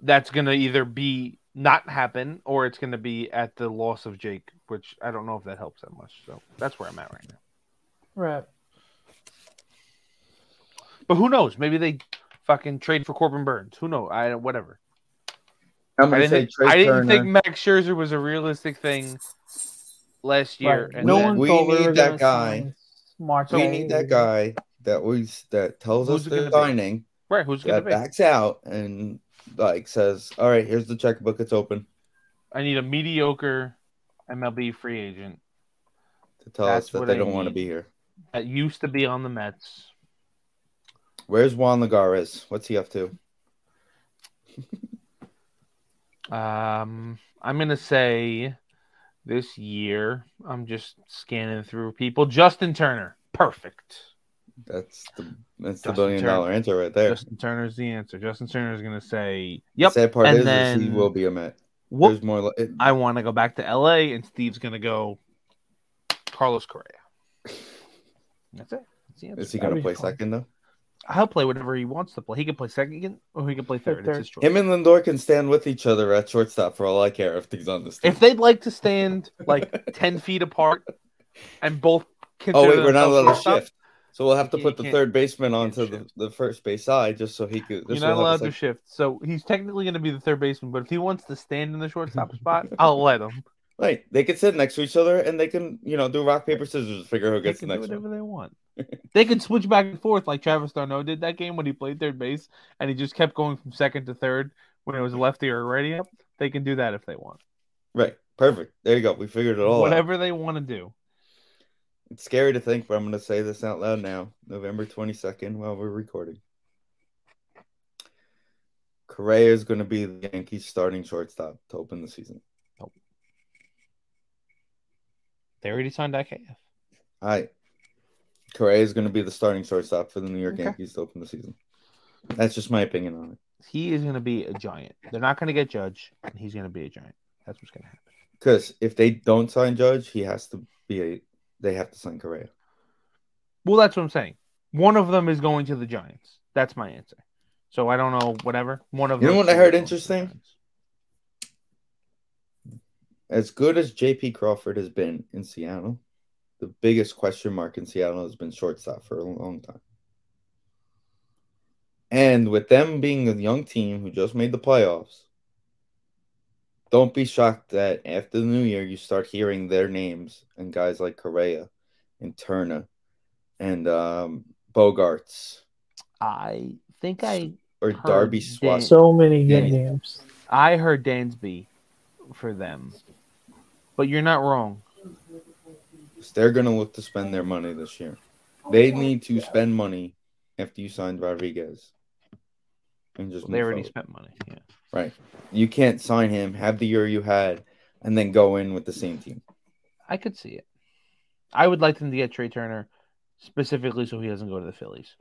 A: that's going to either be not happen or it's going to be at the loss of Jake, which I don't know if that helps that much. So that's where I'm at right now.
B: Right.
A: But who knows? Maybe they fucking trade for Corbin Burns. Who knows? I whatever.
C: I'm
A: I
C: gonna say
A: didn't,
C: Trey
A: I didn't
C: Turner.
A: think Max Scherzer was a realistic thing last year.
B: Right.
A: and
B: no
A: then-
B: one
C: we
B: thought
C: need
B: were
C: that
B: gonna
C: guy.
B: sign March.
C: we need that guy that we that tells
A: Who's
C: us
A: it gonna
C: they're
A: be?
C: signing
A: right? Who's going
C: that
A: to be?
C: backs out and like says, "All right, here's the checkbook. It's open."
A: I need a mediocre MLB free agent
C: To tell
A: That's
C: us that
A: what
C: they
A: I
C: don't want to
A: need.
C: be here.
A: that used to be on the Mets.
C: Where's Juan Lagares? What's he up to?
A: Um, I'm gonna say this year. I'm just scanning through people. Justin Turner, perfect.
C: That's the that's
A: Justin
C: the billion
A: Turner.
C: dollar answer right there.
A: Justin Turner's the answer. Justin Turner's gonna say,
C: The
A: "Yep,
C: sad part
A: and
C: is, is he
A: then-
C: will be a Met.
A: whoop,
C: There's more. li- It,
A: I want to go back to L.A." And Steve's gonna go, Carlos Correa. That's it. That's the answer.
C: is he
B: That'd
C: gonna
B: be
C: play
B: fun.
C: second though?
A: I'll play whatever he wants to play. He can play second or he can play third. It's his choice.
C: Him and Lindor can stand with each other at shortstop for all I care if he's on this team.
A: if they'd like to stand like ten feet apart, and both.
C: oh
A: consider
C: wait, we're not
A: themselves
C: allowed to
A: shortstop,
C: shift. So we'll have to
A: Yeah, you
C: put the
A: can't-
C: third baseman onto
A: can't
C: the, the first base side just so he could.
A: You're
C: this
A: not
C: will help
A: allowed
C: us,
A: to
C: like-
A: shift. So he's technically going to be the third baseman, but if he wants to stand in the *laughs* shortstop spot, I'll let him.
C: Right, they could sit next to each other and they can, you know, do rock paper scissors, figure who
A: They
C: gets the
A: can do
C: next
A: whatever
C: one.
A: they
C: *laughs*
A: want. They can switch back and forth like Travis Darno did that game when he played third base and he just kept going from second to third when it was lefty or righty up. They can do that if they want.
C: Right, perfect. There you go. We figured it all. out.
A: Whatever they want to do.
C: It's scary to think, but I'm going to say this out loud now, November 22nd, while we're recording. Correa is going to be the Yankees' starting shortstop to open the season.
A: They already signed IKF.
C: All right, Correa is going to be the starting shortstop for the New York
A: Okay.
C: Yankees to open the season. That's just my opinion on it.
A: He is going to be a giant. They're not going to get Judge, and he's going to be a giant. That's what's going to happen.
C: Because if they don't sign Judge, he has to be a. They have to sign Correa.
A: Well, that's what I'm saying. One of them is going to the Giants. That's my answer. So I don't know. Whatever. One of
C: You know
A: them
C: what I
A: should
C: heard
A: go to the
C: interesting?
A: Giants.
C: As good as J.P. Crawford has been in Seattle, the biggest question mark in Seattle has been shortstop for a long time. And with them being a young team who just made the playoffs, don't be shocked that after the new year you start hearing their names and guys like Correa and Turner and um, Bogarts
A: I think I
C: or
A: Heard
C: Darby
A: that.
C: Swatch.
B: So many
C: Yeah.
B: good names.
A: I heard Dansby for them, but you're not wrong.
C: They're going to look to spend their money this year. They need to spend money after you signed Rodriguez. And just
A: They
C: move
A: already
C: forward.
A: spent money. Yeah.
C: right. You can't sign him, have the year you had, and then go in with the same team.
A: I could see it. I would like them to get Trey Turner specifically so he doesn't go to the Phillies.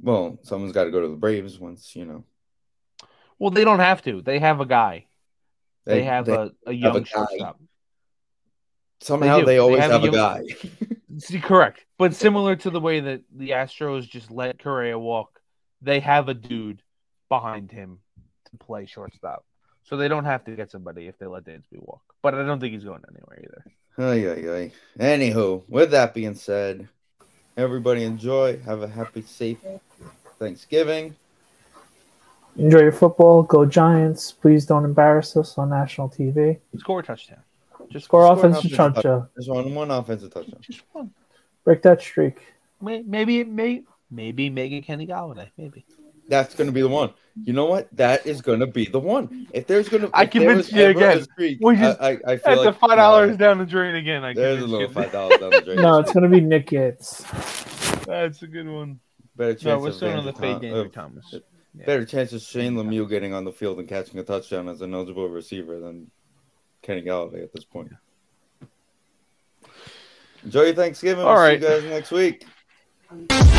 C: Well, someone's got to go to the Braves once you know
A: Well, they don't have to. They have a guy. They, have a, a young
C: a guy.
A: shortstop.
C: somehow
A: do.
C: they,
A: They
C: always
A: have a
C: have, a
A: young-
C: guy.
A: See, correct. But similar to the way that the Astros just let Correa walk, they have a dude behind him to play shortstop. So they don't have to get somebody if they let Dansby walk. But I don't think he's going anywhere either.
C: Ay, ay, ay. Anywho, with that being said, everybody enjoy. Have a happy, safe Thanksgiving.
B: Enjoy your football. Go Giants. Please don't embarrass us on national TV.
A: Score a touchdown. Just
B: Score,
C: Score
B: offensive
C: offensive
B: chuncha.
C: Just on one offensive touchdown.
A: Just one.
B: Break that streak.
A: May- Maybe it may maybe make it Kenny Galladay. Maybe.
C: That's going to be the one. You know what? That is going to be the one. If there's going to,
A: I
C: if there
A: convinced
C: was
A: you
C: ever
A: again.
C: a streak,
A: We just-
C: I, I, I feel like
A: down the drain again. I
C: There's a little five dollars down the
A: *laughs*
C: drain.
B: No, it's gonna be Nick Gates.
A: That's a good one.
C: better chance.
A: No, we're
C: of
A: still on
C: Andrew
A: the fade
C: Tom-
A: Andrew
C: of-
A: Thomas.
C: Better chance of Shane Lemieux getting on the field and catching a touchdown as an eligible receiver than Kenny Galladay at this point. Enjoy your Thanksgiving.
A: All
C: we'll
A: right.
C: see you guys next week.
D: Thank you.